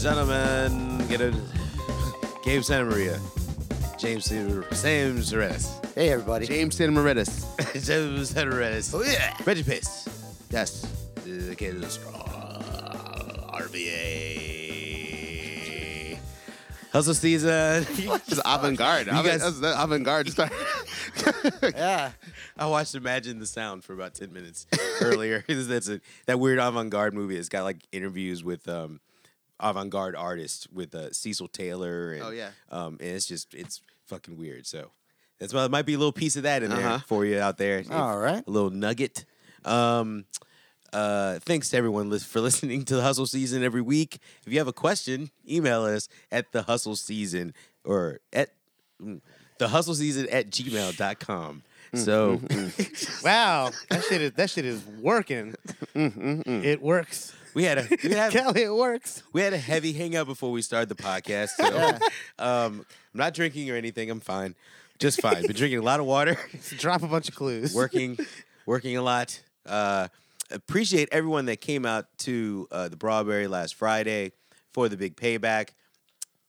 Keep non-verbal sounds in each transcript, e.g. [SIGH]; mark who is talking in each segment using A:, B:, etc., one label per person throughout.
A: gentlemen, get a Gabe Santamaria, James San- James Redis,
B: Hey, everybody.
A: James [LAUGHS] Santamaredis, James Santamaredis, oh, yeah. Reggie Pace, yes, the kid is RBA. Hustle season. It's avant garde.
C: You guys-
A: Avant garde. [LAUGHS]
C: [LAUGHS]
B: Yeah.
A: I watched Imagine the Sound for about ten minutes [LAUGHS] earlier. That's a, that weird avant-garde movie. It's got like interviews with um, avant-garde artists with uh, Cecil Taylor. And,
C: Oh, yeah.
A: um, and it's just it's fucking weird. So that's why it might be a little piece of that in there
C: Uh-huh.
A: for you out there.
B: All right.
A: a little nugget. Um, uh, thanks to everyone lis- for [LAUGHS] listening to the Hustle Season every week. If you have a question, email us at the Hustle Season or at mm, the Hustle Season at gmail.com.
B: Mm-hmm.
A: So
B: [LAUGHS]
D: Wow, that shit is that shit is working.
A: Mm-hmm,
D: It works,
A: we had a we had,
D: Kelly. It works.
A: we had a heavy hangout before we started the podcast. So um, I'm not drinking or anything. I'm fine, just fine. Been drinking a lot of water,
D: So drop a bunch of clues.
A: working, working a lot. Uh, appreciate everyone that came out to uh, the Broadberry last Friday for the big payback.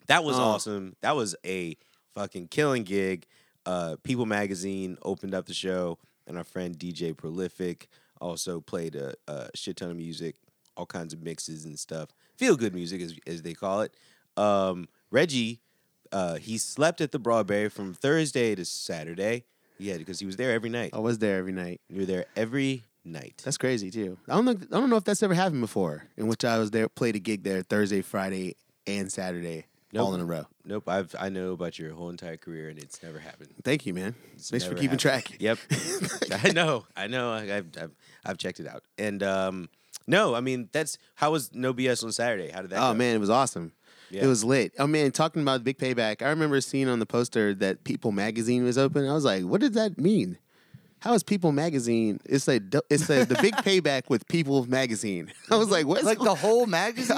A: That was
C: Oh.
A: awesome. That was a fucking killing gig. Uh, People Magazine opened up the show, and our friend DJ Prolific also played a, a shit ton of music, all kinds of mixes and stuff. Feel good music, as, as they call it. Um, Reggie, uh, he slept at the Broadberry from Thursday to Saturday. Yeah, because he was there every night.
C: I was there every night.
A: You were there every night.
C: That's crazy too. I don't know. I don't know if that's ever happened before. In which I was there, played a gig there Thursday, Friday, and Saturday, all in a row.
A: nope. I've I know about your whole entire career, and it's never happened.
C: Thank you, man. Thanks for
A: never
C: keeping
A: happened.
C: track.
A: Yep.
C: [LAUGHS]
A: I know. I know. I, I've, I've I've checked it out. And um, no, I mean that's how was no BS on Saturday? How did that?
C: Oh
A: go?
C: man, it was awesome.
A: Yeah.
C: It was lit. Oh man, talking about Big Payback, I remember seeing on the poster that People Magazine was open. I was like, what does that mean? How is People Magazine? It's a it's a the Big Payback with People Magazine. [LAUGHS] I was like, what's
B: Like the whole magazine?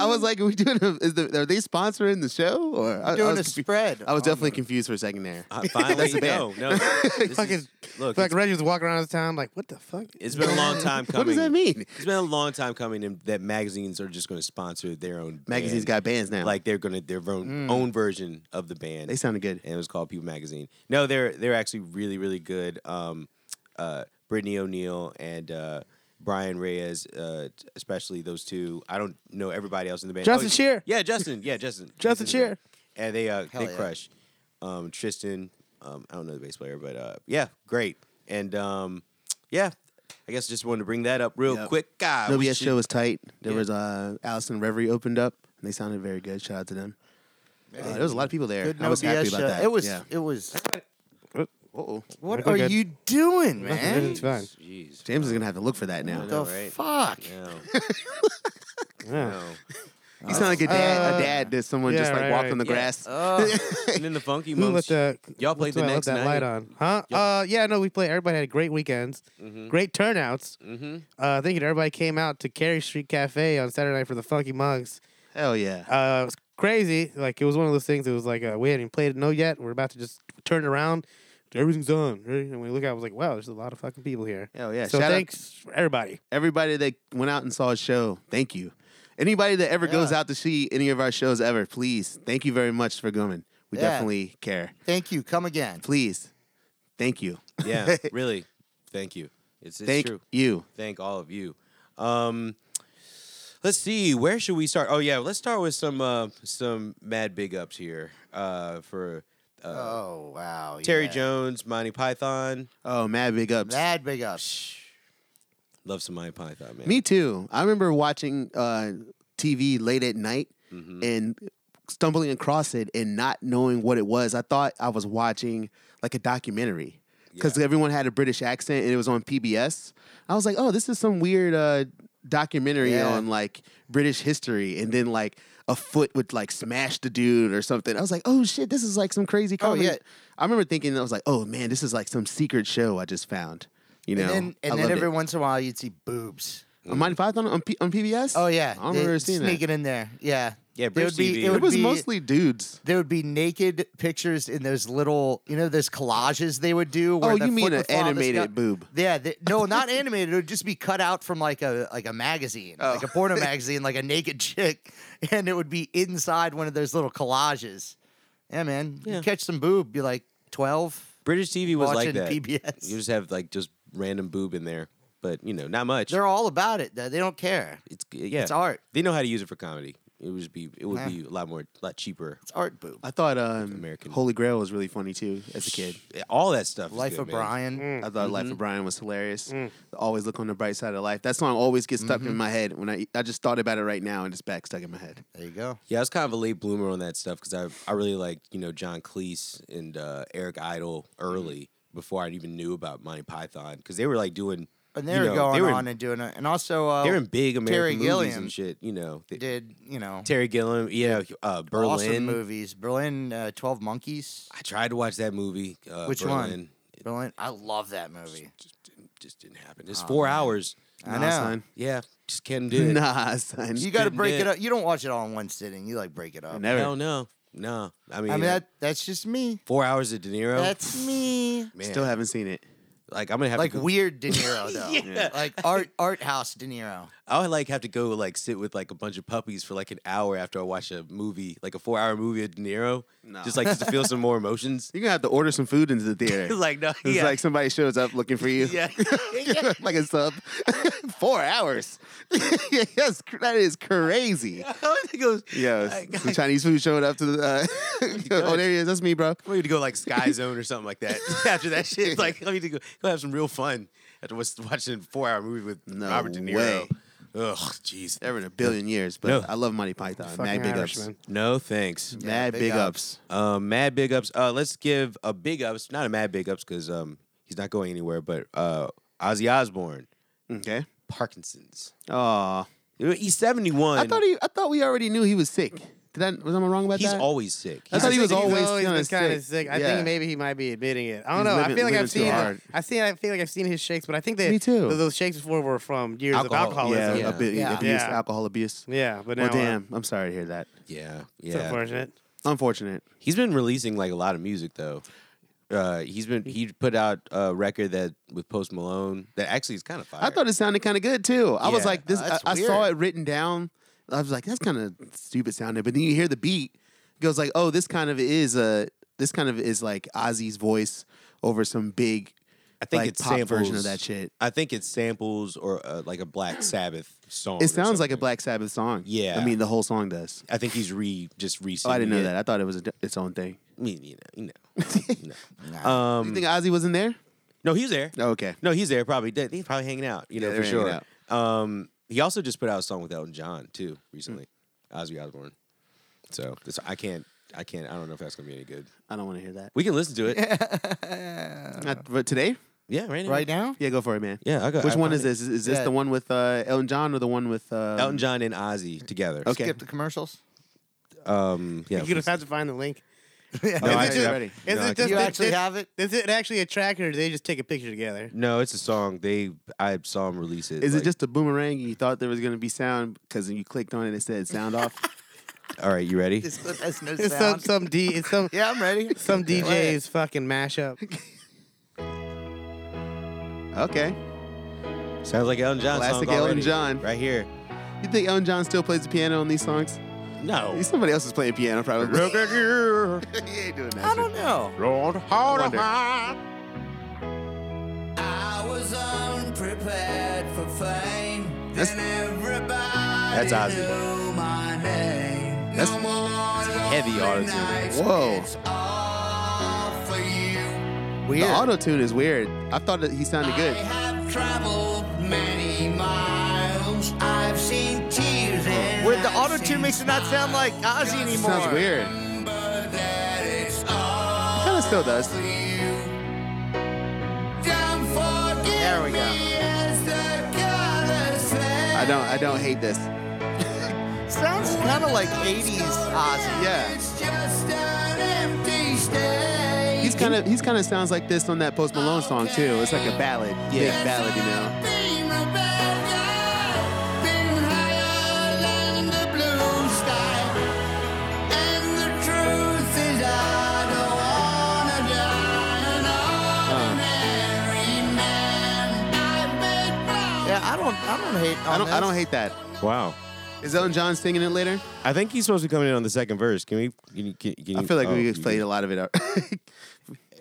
C: [LAUGHS] I was like, are we doing? A, is the, are they sponsoring the show? Or I, I
B: doing
C: was
B: a
C: confu-
B: spread.
C: I was
B: on
C: definitely
B: the-
C: confused for a second there.
A: Uh, finally,
C: [LAUGHS] That's bad.
A: no,
C: [LAUGHS]
A: no. This is-
D: Fucking-
A: look,
D: Like
A: it's,
D: Reggie was walking around his town, like, what the fuck?
A: it's been a
D: [LAUGHS]
A: long time coming.
C: What does that mean?
A: It's been a long time coming, and that magazines are just going to sponsor their own.
C: Magazine's
A: band.
C: got bands now. Mm.
A: like they're going to their own own version of the band.
C: they sounded good.
A: and it was called People Magazine. No, they're they're actually really really good. Um, uh, Brittany O'Neill and uh, Brian Reyes, uh, t- especially those two. I don't know everybody else in the band.
D: Justin
A: yeah.
D: Scheer.
A: yeah, Justin, yeah, Justin,
D: [LAUGHS] Justin
A: Scheer.
D: Scheer.
A: and they uh, they
B: yeah.
A: crush. Um, Tristan, um, I don't know the bass player, but uh, yeah, great. And um, yeah, I guess just wanted to bring that up real
C: Yep.
A: quick. God,
C: No
A: we
C: BS
A: should-
C: show was tight. There
A: Yeah.
C: was uh, Allison Reverie opened up, and they sounded very good. Shout out to them. Uh, there was a lot of people there.
B: Good
C: I was
B: no
C: happy
B: BS
C: about
B: show.
C: that.
B: It was.
C: Yeah.
B: It was.
C: Uh-oh.
B: What
D: think we're
B: are
D: good.
B: you doing, man?
D: It's fine.
A: Jeez,
D: [LAUGHS]
C: James is gonna have to look for that now.
A: I
B: the
A: know, right?
B: fuck?
A: No,
D: Yeah.
A: no.
C: You sound like a dad. a
D: Uh,
C: dad that someone
D: yeah,
C: just like
D: right,
C: walked
D: right.
C: on the
B: Yeah. Uh,
C: grass.
D: [LAUGHS]
B: Ugh.
A: and then the funky
D: Who let
A: monks.
D: the
A: Y'all
D: who
A: played the
D: let
A: next
D: that
A: night?
D: light on, huh? Uh, yeah, no, we played. Everybody had great weekends,
A: Mm-hmm.
D: great turnouts.
A: Mhm.
D: Uh, thank you to everybody came out to Carey Street Cafe on Saturday night for the Funky Monks.
C: Hell yeah.
D: Uh, it was crazy. Like it was one of those things. It was like uh, we hadn't even played it no yet. We're about to just turn it around. Everything's done. Ready? And we look out. I was like, wow, there's a lot of fucking people here.
C: Hell yeah.
D: So
C: Shout out
D: thanks for everybody.
C: everybody that went out and saw a show. Thank you. Anybody that ever goes
B: Yeah.
C: out to see any of our shows ever, please. Thank you very much for coming. We
B: Yeah.
C: definitely care.
B: Thank you. Come again.
C: Please. Thank you.
A: Yeah, really. Thank you. It's, it's
C: Thank
A: true.
C: you.
A: Thank all of you. Um, let's see. Where should we start? Oh yeah, let's start with some uh, some mad big ups here uh, for uh,
B: Oh wow.
A: Terry
B: yeah.
A: Jones, Monty Python.
C: Oh, mad big ups.
B: Mad big up.
A: Love some Monty Python, man.
C: Me too. I remember watching uh, TV late at night
B: Mm-hmm.
C: and stumbling across it and not knowing what it was. I thought I was watching like a documentary because
A: Yeah.
C: everyone had a British accent and it was on PBS. I was like, oh, this is some weird uh, documentary
B: Yeah.
C: on like British history. And then like a foot would like smash the dude or something. I was like, oh shit, this is like some crazy
B: Oh,
C: comedy.
B: yeah.
C: I remember thinking, I was like, oh man, this is like some secret show I just found. You know,
B: and
C: I
B: then, and then
C: loved it.
B: every once in a while you'd see boobs.
C: A Monty Python on, P- on PBS?
B: Oh yeah.
C: I don't
B: They-
C: remember seeing
B: sneaking in there. Yeah.
A: Yeah,
B: There
A: Bridge
B: would be-
A: TV.
B: it
C: It
B: would
C: was
B: be-
C: mostly dudes.
B: There would be naked pictures in those little, you know, those collages they would do. Where
C: Oh,
B: the
C: you mean
B: foot
C: an
B: would follow this
C: animated
B: guy-
C: boob?
B: Yeah, they,
C: [LAUGHS]
B: no, not animated. It would just be cut out from like a like a magazine, like
C: Oh. [LAUGHS]
B: a porno magazine, like a naked chick, [LAUGHS] and it would be inside one of those little collages. Yeah, man,
A: Yeah.
B: you catch some boob, be like twelve.
A: British TV was like
B: watching
A: that.
B: PBS.
A: You just have like just random boob in there, but you know, not much.
B: They're all about it. though. They don't care.
A: it's yeah,
B: It's art.
A: They know how to use it for comedy. It would just be it would
B: Nah.
A: be a lot more, a lot cheaper.
B: It's art boob.
C: I thought um,
A: American.
C: Holy Grail was really funny too as a kid.
A: All that stuff. is
B: Life
A: good,
B: of
A: man.
B: Brian.
C: I thought
B: Mm-hmm.
C: Life of Brian was hilarious.
B: Mm.
C: Always look on the bright side of life. That song always gets stuck
B: Mm-hmm.
C: in my head when I I just thought about it right now and it's back stuck in my head.
B: There you go.
A: Yeah, I was kind of a late bloomer on that stuff because I I really liked you know John Cleese and uh, Eric Idle
B: Mm-hmm.
A: early before I even knew about Monty Python because they were like doing
B: And
A: you
B: they're
A: know,
B: going
A: they were,
B: on and doing it. And also, uh,
A: they're in big American
B: Terry
A: movies
B: Gilliam
A: and shit. You know, They-
B: did you know
A: Terry Gilliam, yeah, uh, Berlin.
B: awesome movies? Berlin, uh, Twelve Monkeys.
A: I tried to watch that movie. Uh,
B: Which one?
A: Berlin.
B: Berlin. I love that movie. Oh,
A: Just didn't happen. It's four hours.
B: I
C: Nah,
B: know.
C: son.
A: Yeah, just can't do it.
C: [LAUGHS] Nah, son.
B: You got to
A: didn't
B: break
A: do
B: it
A: it.
B: up. You don't watch it all in one sitting. You like break it up.
C: Never.
A: Hell no, no. I mean,
B: I mean that that's just me.
A: four hours of De Niro.
B: That's me.
A: man.
C: Still haven't seen it.
A: like I'm gonna have
B: Like
A: to go,
B: weird De
A: [LAUGHS]
B: Niro though.
A: Yeah.
B: Like art art house De Niro.
A: I would like have to go like sit with like a bunch of puppies for like an hour after I watch a movie, like a four hour movie of De Niro,
C: No.
A: just like just to feel some more emotions.
C: You're gonna have to order some food into
B: [LAUGHS]
C: the theater.
A: [LAUGHS] It's like [LAUGHS] no,
C: It's
A: yeah.
C: like somebody shows up looking for you.
A: yeah.
C: [LAUGHS]
A: [LAUGHS]
C: like a sub. [LAUGHS] Four hours. [LAUGHS] That's, cr- that is crazy.
A: He goes,
C: Yo,
A: I-
C: some Chinese food showed up to the. Uh, [LAUGHS] oh, there he is. That's me, bro.
A: we need to go like Sky Zone or something like that. [LAUGHS] After that shit, it's like I need to go, go have some real fun after was- watching a four hour movie with
C: No
A: Robert De Niro.
C: way.
A: Ugh, jeez.
C: Ever in a billion years, but
A: No.
C: I love Monty Python. Mad
D: Fucking
C: big ups.
D: Irishman.
A: No thanks.
B: Yeah,
C: Mad
B: big
C: big,
B: ups.
C: ups.
A: Um, mad big ups. Uh, let's give a big ups, not a mad big ups because um he's not going anywhere, but uh Ozzy Osbourne,
C: Okay.
A: Parkinson's.
C: Oh,
A: He's seventy one.
C: I thought he. I thought we already knew he was sick. Did I? Was I wrong about
A: He's
C: that?
A: always sick.
C: I thought he was
D: think he's
C: always
D: been
C: kinda
D: kinda
C: sick.
D: I
C: Yeah.
D: think maybe he might be admitting it. I
C: He's
D: don't know. I
C: living-
D: feel like
C: living
D: I've
C: too
D: seen.
C: hard.
D: I seen. I feel like I've seen his shakes, but I think that
C: Me too.
D: Those shakes before were from years
A: Alcohol,
D: of alcoholism.
C: yeah,
A: Yeah.
C: a bit
B: Yeah.
C: abuse,
D: Yeah.
C: alcohol abuse.
D: Yeah, but now
C: Well,
D: uh,
C: damn. I'm sorry to hear that.
A: yeah,
D: it's
A: yeah.
D: unfortunate.
C: Unfortunate.
A: He's been releasing like a lot of music though. Uh, he's been he put out a record that with Post Malone that actually is kind of fire.
C: I thought it sounded kind of good too. I was
A: Yeah.
C: like, this.
B: Uh, that's
C: I, I saw
B: weird.
C: it written down. I was like, that's kind of stupid sounding. But then you hear the beat, it goes like, oh, this kind of is a. This kind of is like Ozzy's voice over some big,
A: I think
C: like,
A: it's
C: pop
A: samples,
C: version of that shit.
A: I think it's samples or uh, like a Black Sabbath song. or
C: It sounds like a
A: something.
C: Black Sabbath song.
A: Yeah.
C: I mean the whole song does.
A: I think he's re just re.
C: Oh, I didn't know that. I thought it was a, d- its own thing.
A: I mean, you know, you know,
C: [LAUGHS]
A: no. Um,
C: you think Ozzy wasn't there? Oh,
A: no, he's there.
C: Okay.
A: No, he's there. Probably dead. He's probably hanging out. You know
C: Yeah,
A: for
C: they're hanging
A: sure. Um, he also just put out a song with Elton John too recently,
C: Hmm.
A: Ozzy Osbourne. So this, I can't. I can't. I don't know if that's gonna be any good.
C: I don't want to hear that.
A: We can listen to
C: [LAUGHS]
A: it.
C: Not, but today?
A: yeah, right. Now.
B: Right now?
C: Yeah, go for it, man.
A: Yeah, I got.
C: Which
A: I
C: one
A: found
C: is
A: it.
C: this? Is, is this
B: Yeah.
C: the one with uh, Elton John or the one with um,
A: Elton John and Ozzy together.
C: Okay.
B: Skip the commercials.
A: Um. Yeah.
D: You're gonna have to find the link.
B: [LAUGHS]
A: no,
D: Is
A: I
D: it
A: actually-
D: just-
C: ready.
A: no,
D: Is
A: I
D: it
A: can-
D: just
B: You
D: they-
B: actually
D: they-
A: [LAUGHS]
B: have it?
D: Is it actually a tracker? Or do they just take a picture together? [LAUGHS]
A: No, it's a song. They I saw him release it.
C: Is
A: like-
C: it just a boomerang? and You thought there was gonna be sound because you clicked on it. It said sound off.
A: All right, you ready?
B: This clip has no
D: It's some
B: sound.
D: some D. It's some
B: yeah, I'm ready.
D: some
B: Play it.
D: DJ's fucking mashup.
C: Okay.
A: Sounds like Elton John.
C: Classic
A: song
C: Elton
A: already.
C: John.
A: Right here.
C: You think Elton John still plays the piano on these songs?
A: No.
C: Somebody else is playing piano, probably. [LAUGHS] he ain't doing that.
B: I
C: shit.
B: don't know.
A: Lord, hold
C: Wonder.
B: I was unprepared for fame.
C: That's-
B: everybody
A: That's Ozzy.
B: knew my name.
A: That's heavy auto tune.
C: Whoa.
B: Weird.
C: The auto tune is weird. I thought that he sounded good.
B: Where the auto tune makes it not sound like Ozzy
C: It
B: anymore.
C: sounds weird. It kind of still does.
B: There we go.
C: I don't. I don't hate this.
B: Sounds kind of like 80s Ozzy.
C: Yeah. He's kind of. He's kind of sounds like this on that Post Malone song too. It's like a ballad, big ballad, you know.
B: I don't. I don't hate. On
C: I don't.
B: This.
C: I don't hate that.
A: Wow.
C: Is Elton John singing it later?
A: I think he's supposed to be coming in on the second verse. Can we? Can, you- can, can you,
C: I feel like
A: oh,
C: we
A: you-
C: played a lot of it. out. [LAUGHS]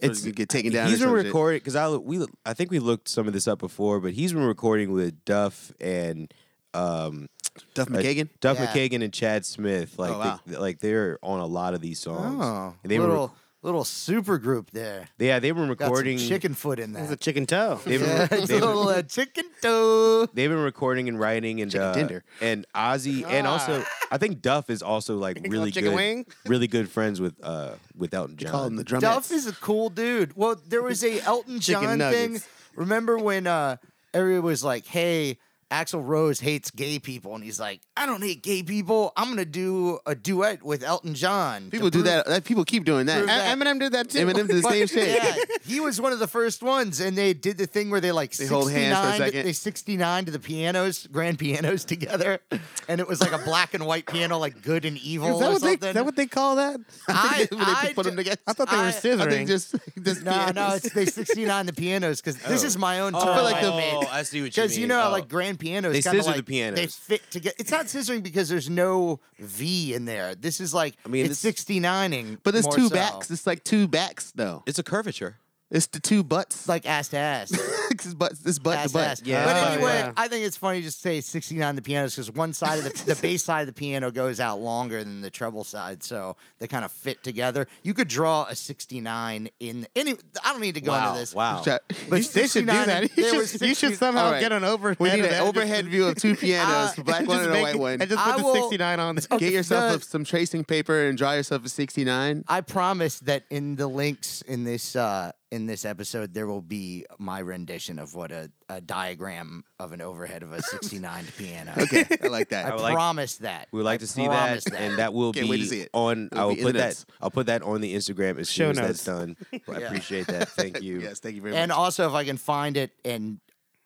A: It's-
C: it's get taken down.
A: He's
C: or
A: been
C: some shit.
A: recording because I we I think we looked some of this up before, but he's been recording with Duff and um,
C: Duff
A: like,
C: McKagan.
A: Duff
B: Yeah.
A: McKagan and Chad Smith. Like
C: Oh, wow.
A: they, like they're on a lot of these songs.
B: Oh,
A: and they were
B: little little super group there.
A: yeah they were
B: Got
A: recording.
B: some chicken foot in
D: It's a
B: that.
D: chicken toe.
A: They've been,
B: Yeah, [LAUGHS] it's a
A: they've,
B: little uh, chicken toe.
A: they've been recording and writing and
C: Chicken
A: uh,
C: tender.
A: and Ozzy and also I think Duff is also like
D: call
A: really
D: it chicken
A: good
D: wing?
A: really good friends with uh with Elton John.
C: Call him the drumettes.
B: Duff is a cool dude. Well, there
C: [LAUGHS]
B: was a Elton
C: Chicken
B: John thing.
C: nuggets.
B: Remember when uh everyone was like, "Hey, Axel Rose hates gay people," and he's like, "I don't hate gay people. I'm gonna do a duet with Elton John." to
C: people do
B: prove-" [LAUGHS]
C: that. that. People keep doing that.
B: prove
C: I-
B: that-
D: Eminem did that too.
C: Eminem did the same shit.
B: [LAUGHS]
C: [LAUGHS]
B: Yeah, he was one of the first ones, and they did the thing where they like
C: They hold hands for a
B: 69
C: second.
B: They sixty nine to the pianos, grand pianos [LAUGHS] together, and it was like a black and white piano, like good and evil
D: Is that
B: or
D: what,
B: something.
D: they, that what they
C: [LAUGHS]
D: call that?
B: I,
C: when they
B: I
C: put 'em
B: d-
C: together.
D: I thought they were
B: I-
C: I
D: scissoring.
C: think just, just
B: No, no, it's they 69 the pianos because this is my own term.
A: I
C: feel like the-
A: Oh, I see what you mean.
B: because you know,
A: Oh.
B: like grand pianos,
A: They
B: kinda
A: scissor the
B: like- They
A: pianos.
B: fit together. It's not scissoring because there's no V in there. This is like I
A: mean,
B: mean, it's
A: this-
B: 69ing,
C: But there's
B: more
C: two
B: so.
C: backs. It's like two backs though.
A: it's a curvature.
C: It's the two
B: It's
C: butts. [LAUGHS]
B: like ass to ass.
C: it's butt. It's butt
B: ass
C: to
B: to
C: butt.
B: ass.
A: Yeah.
B: But
A: Oh,
B: anyway,
D: yeah.
B: I think it's funny to say 69 the pianos because one side of the the bass side of the piano goes out longer than the treble side, so they kind of fit together. You could draw a 69 in any. I don't need to go into this.
A: Wow.
C: Shut-
B: But
D: You- Oh. they should do
B: 69
D: that.
B: there
D: You
B: was
D: should, you should
B: 60
D: somehow
C: All right.
D: get an overhead.
C: We need
D: of
C: an
D: that.
C: overhead view
D: [LAUGHS]
C: of two pianos,
B: Uh,
C: black
D: Just
C: one and a
D: make
C: white
D: it-
C: one.
D: And just
B: I
D: put the
B: will-
D: 69 on there.
C: Get yourself
B: the-
C: a- some tracing paper and draw yourself a
B: [LAUGHS]
C: 69.
B: I promise that in the links in this uh, in this episode, there will be my rendition of what a, a diagram of an overhead of a 69 piano.
C: Okay, I like
B: [LAUGHS] I,
C: that.
A: would like-
B: promise that.
A: We would like
B: I
A: to see that,
B: promise
A: and that will
C: [LAUGHS] Can't
A: be
C: wait to see it.
A: on.
C: It'll
A: I will
C: be in
A: put
C: the
A: that.
C: notes.
A: I'll put that on the Instagram as soon
D: Show
A: as that's
D: notes.
A: done. I
B: Yeah.
A: appreciate that. Thank you.
C: Yes, thank you very
B: and
C: much.
B: also, if I can find it, and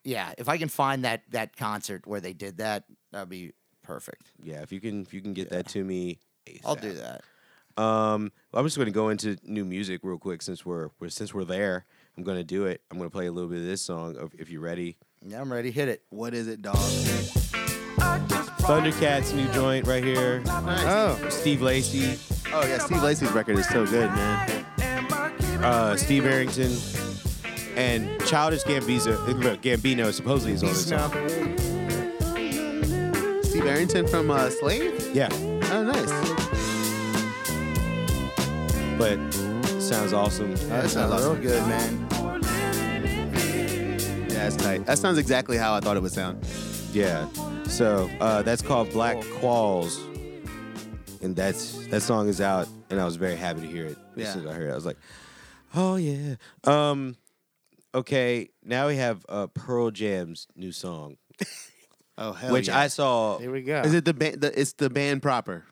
B: yeah, if I can find that that concert where they did that, that'd be perfect.
A: Yeah, if you can, if you can get that to me,
B: I'll do that.
A: that. Um, I'm just going to go into new music real quick since we're, we're since we're there. I'm going to do it. I'm going to play a little bit of this song if- if you're ready.
B: Yeah, I'm ready. Hit it.
C: What is it, dog?
A: Thundercats new joint right here.
D: Oh.
A: Steve Lacy,
C: Oh yeah, Steve Lacy's record is so good, man.
A: uh, Steve Arrington, and Childish Gambino. Gambino supposedly is on this song.
C: Steve Arrington from uh, Slave.
A: Yeah,
C: Oh, nice.
A: but sounds awesome.
C: that sounds
B: real
C: awesome.
B: good, man.
C: Yeah, that's tight. That sounds exactly how I thought it would sound.
A: Yeah. So uh, that's called Black Qualls, and that's that song is out, and I was very happy to hear it. As
C: Yeah.
A: soon as I heard it, I was like, "Oh yeah." Um. Okay, now we have uh, Pearl Jam's new song,
C: Oh hell
A: which I saw.
D: Here we go.
C: Is it the band? The, it's the band proper.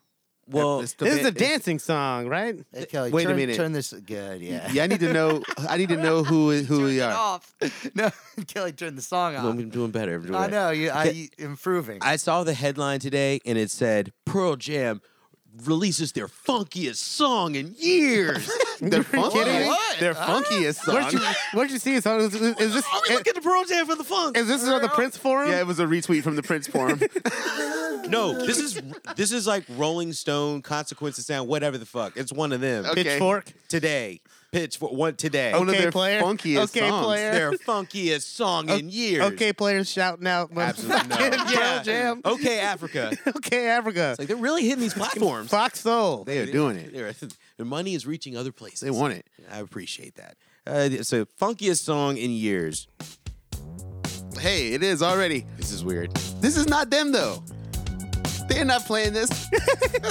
A: Well,
C: It's
A: [LAUGHS]
C: the
D: this is
C: ba-
D: a dancing song, right?
B: Hey, Kelly,
C: Wait a
B: turn,
C: minute.
B: Turn this good. Yeah.
C: Yeah, I need to know. I need to know who who we
B: [LAUGHS]
C: are.
B: off. No, Kelly, turn the song off.
A: I'm doing better. I'm doing
B: I
A: better.
B: know you. [LAUGHS] I you- improving.
A: I saw the headline today, and it said Pearl Jam releases their funkiest song in years.
C: They're funky.
D: kidding me?
B: What?
C: They're funky as
D: Where'd you,
C: son.
D: where'd you see this song? Is, is this
C: Oh,
D: is,
A: at the Pearl Jam for the funk.
D: is this on the Prince Forum?
C: Yeah, it was a retweet from the Prince
B: [LAUGHS]
C: Forum. [LAUGHS]
A: No, this is this is like Rolling Stone, Consequence of Sound, whatever the fuck. It's one of them.
C: Okay. Oh,
D: Pitchfork.
A: Today, pitch for one today.
C: One
D: Okay,
C: of their
D: player.
C: funkiest
D: Okay,
C: songs.
D: player.
A: Their funkiest song in years.
D: Okay, players shouting out.
A: absolutely.
C: [LAUGHS]
A: No.
D: motherfucking Pearl Jam.
A: Okay, Africa. It's
D: Okay, Africa.
A: like they're really hitting these platforms.
D: Fox Soul.
C: They are doing it.
A: They're- Their money is reaching other places.
C: They want it.
A: I appreciate that. Uh, it's a funkiest song in years.
C: Hey, it is already.
A: This is weird.
C: This is not them though. They're not playing this. they [LAUGHS]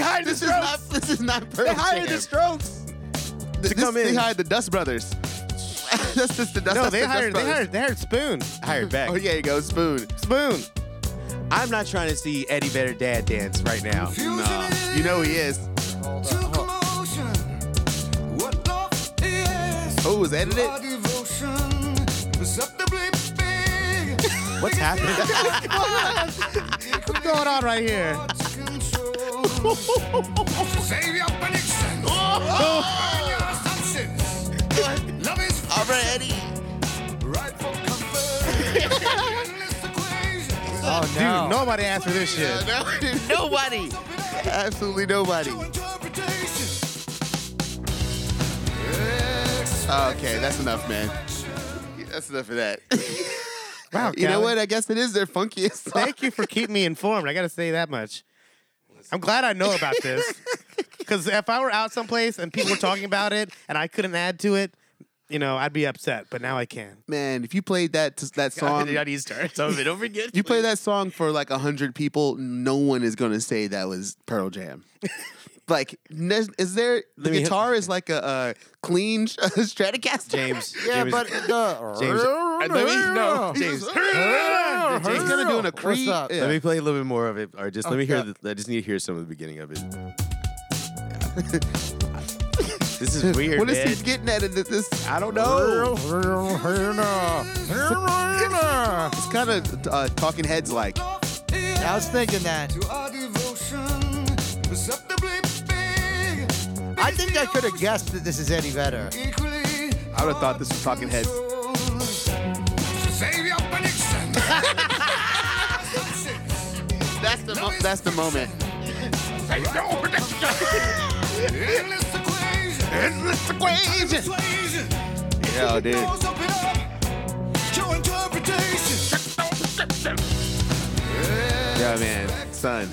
C: hired this the Strokes. Is not, this is not Pearl
A: They hired
C: Jam.
A: the Strokes.
C: Th- this,
A: come in.
C: They hired the Dust Brothers. [LAUGHS] that's just the Dust.
D: No,
C: that's
D: they
C: the Dust
D: hired, they
C: Brothers.
D: hired. They hired Spoon.
A: Hired back.
C: Oh yeah, you go Spoon. [LAUGHS]
D: Spoon.
A: I'm not trying to see Eddie Vedder dad dance right now.
C: Nah, you know he is. Oh, was edited.
A: [LAUGHS] What's happening?
D: What's going on right here?
E: Love is
C: All right, Eddie.
E: right for comfort.
B: Oh, No.
C: Oh.
D: Dude, nobody asked for this
C: Yeah,
D: shit.
C: no-
B: Nobody.
C: Absolutely nobody. Okay, that's enough, man. That's enough of that.
D: Wow,
C: you know
D: Callie.
C: what? I guess it is their funkiest. song.
D: Thank you for keeping me informed. I got to say that much. I'm glad I know about
B: [LAUGHS]
D: this. Because if I were out someplace and people were talking about it and I couldn't add to it, you know, I'd be upset. But now I can.
C: man. If you played that that song,
E: Daddy's turn. Some of it. Don't forget.
C: you play that song for like hundred people, no one is gonna say that was Pearl Jam. like, ne- is there the
A: me-
C: guitar is like a, uh clean [LAUGHS] Stratocaster?
D: [LAUGHS]
B: [LAUGHS]
A: James.
B: Yeah,
A: James,
B: but the
A: James,
E: Let me, no, James.
C: He's gonna do an
B: What's
C: Acre-
B: up?
C: yeah.
A: Let me play a little bit more of it, or just let me hear.
B: Okay.
A: The, I just need to hear some of the beginning of it. this is weird,
C: What is
A: man.
C: he getting at? In this, this
A: I don't know.
B: I [LAUGHS]
C: it's kind of uh, Talking Heads like.
B: was thinking that. I think I could have guessed that this is Eddie Vedder.
C: I would have thought this was Talking Heads.
B: [LAUGHS]
C: That's the mo- that's the moment. Yeah, dude. Yeah, man, son,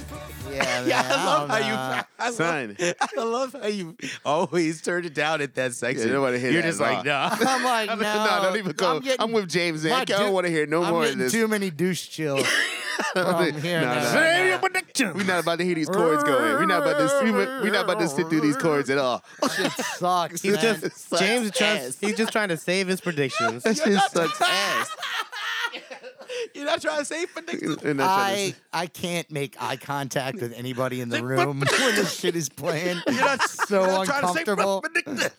B: Yeah,
A: Yeah,
B: man,
A: I love how
B: don't
A: you.
B: know.
A: I love-
C: son.
A: [LAUGHS] I love how you always turned it down at that section.
C: Yeah, nobody hit
A: You're
C: that
A: just
C: at
A: like,
C: [LAUGHS]
A: nah.
B: I'm like, no,
C: no, don't even go.
B: I'm,
C: I'm,
B: getting,
C: with James. Man.
B: my
C: I don't
B: dude-
C: want to hear no
B: I'm
C: more of
B: getting
C: this.
B: too many douche chills. from hearing
C: No,
B: that.
C: no.
D: Save your prediction.
C: We're not about to hear these chords going. We're not about to. We, we're not about to sit through these chords at [LAUGHS] all.
B: Shit sucks.
D: He's
B: man.
D: just
C: Sucks
D: [LAUGHS] James. is trying-
C: ass.
D: he's just trying to save his predictions.
C: That shit sucks ass.
A: You're not trying to say prediction.
C: [LAUGHS] And that's what
B: [LAUGHS] I, [LAUGHS]
C: it
B: I can't make eye contact with anybody in the room [LAUGHS] when this shit is playing. It's so uncomfortable.
C: is.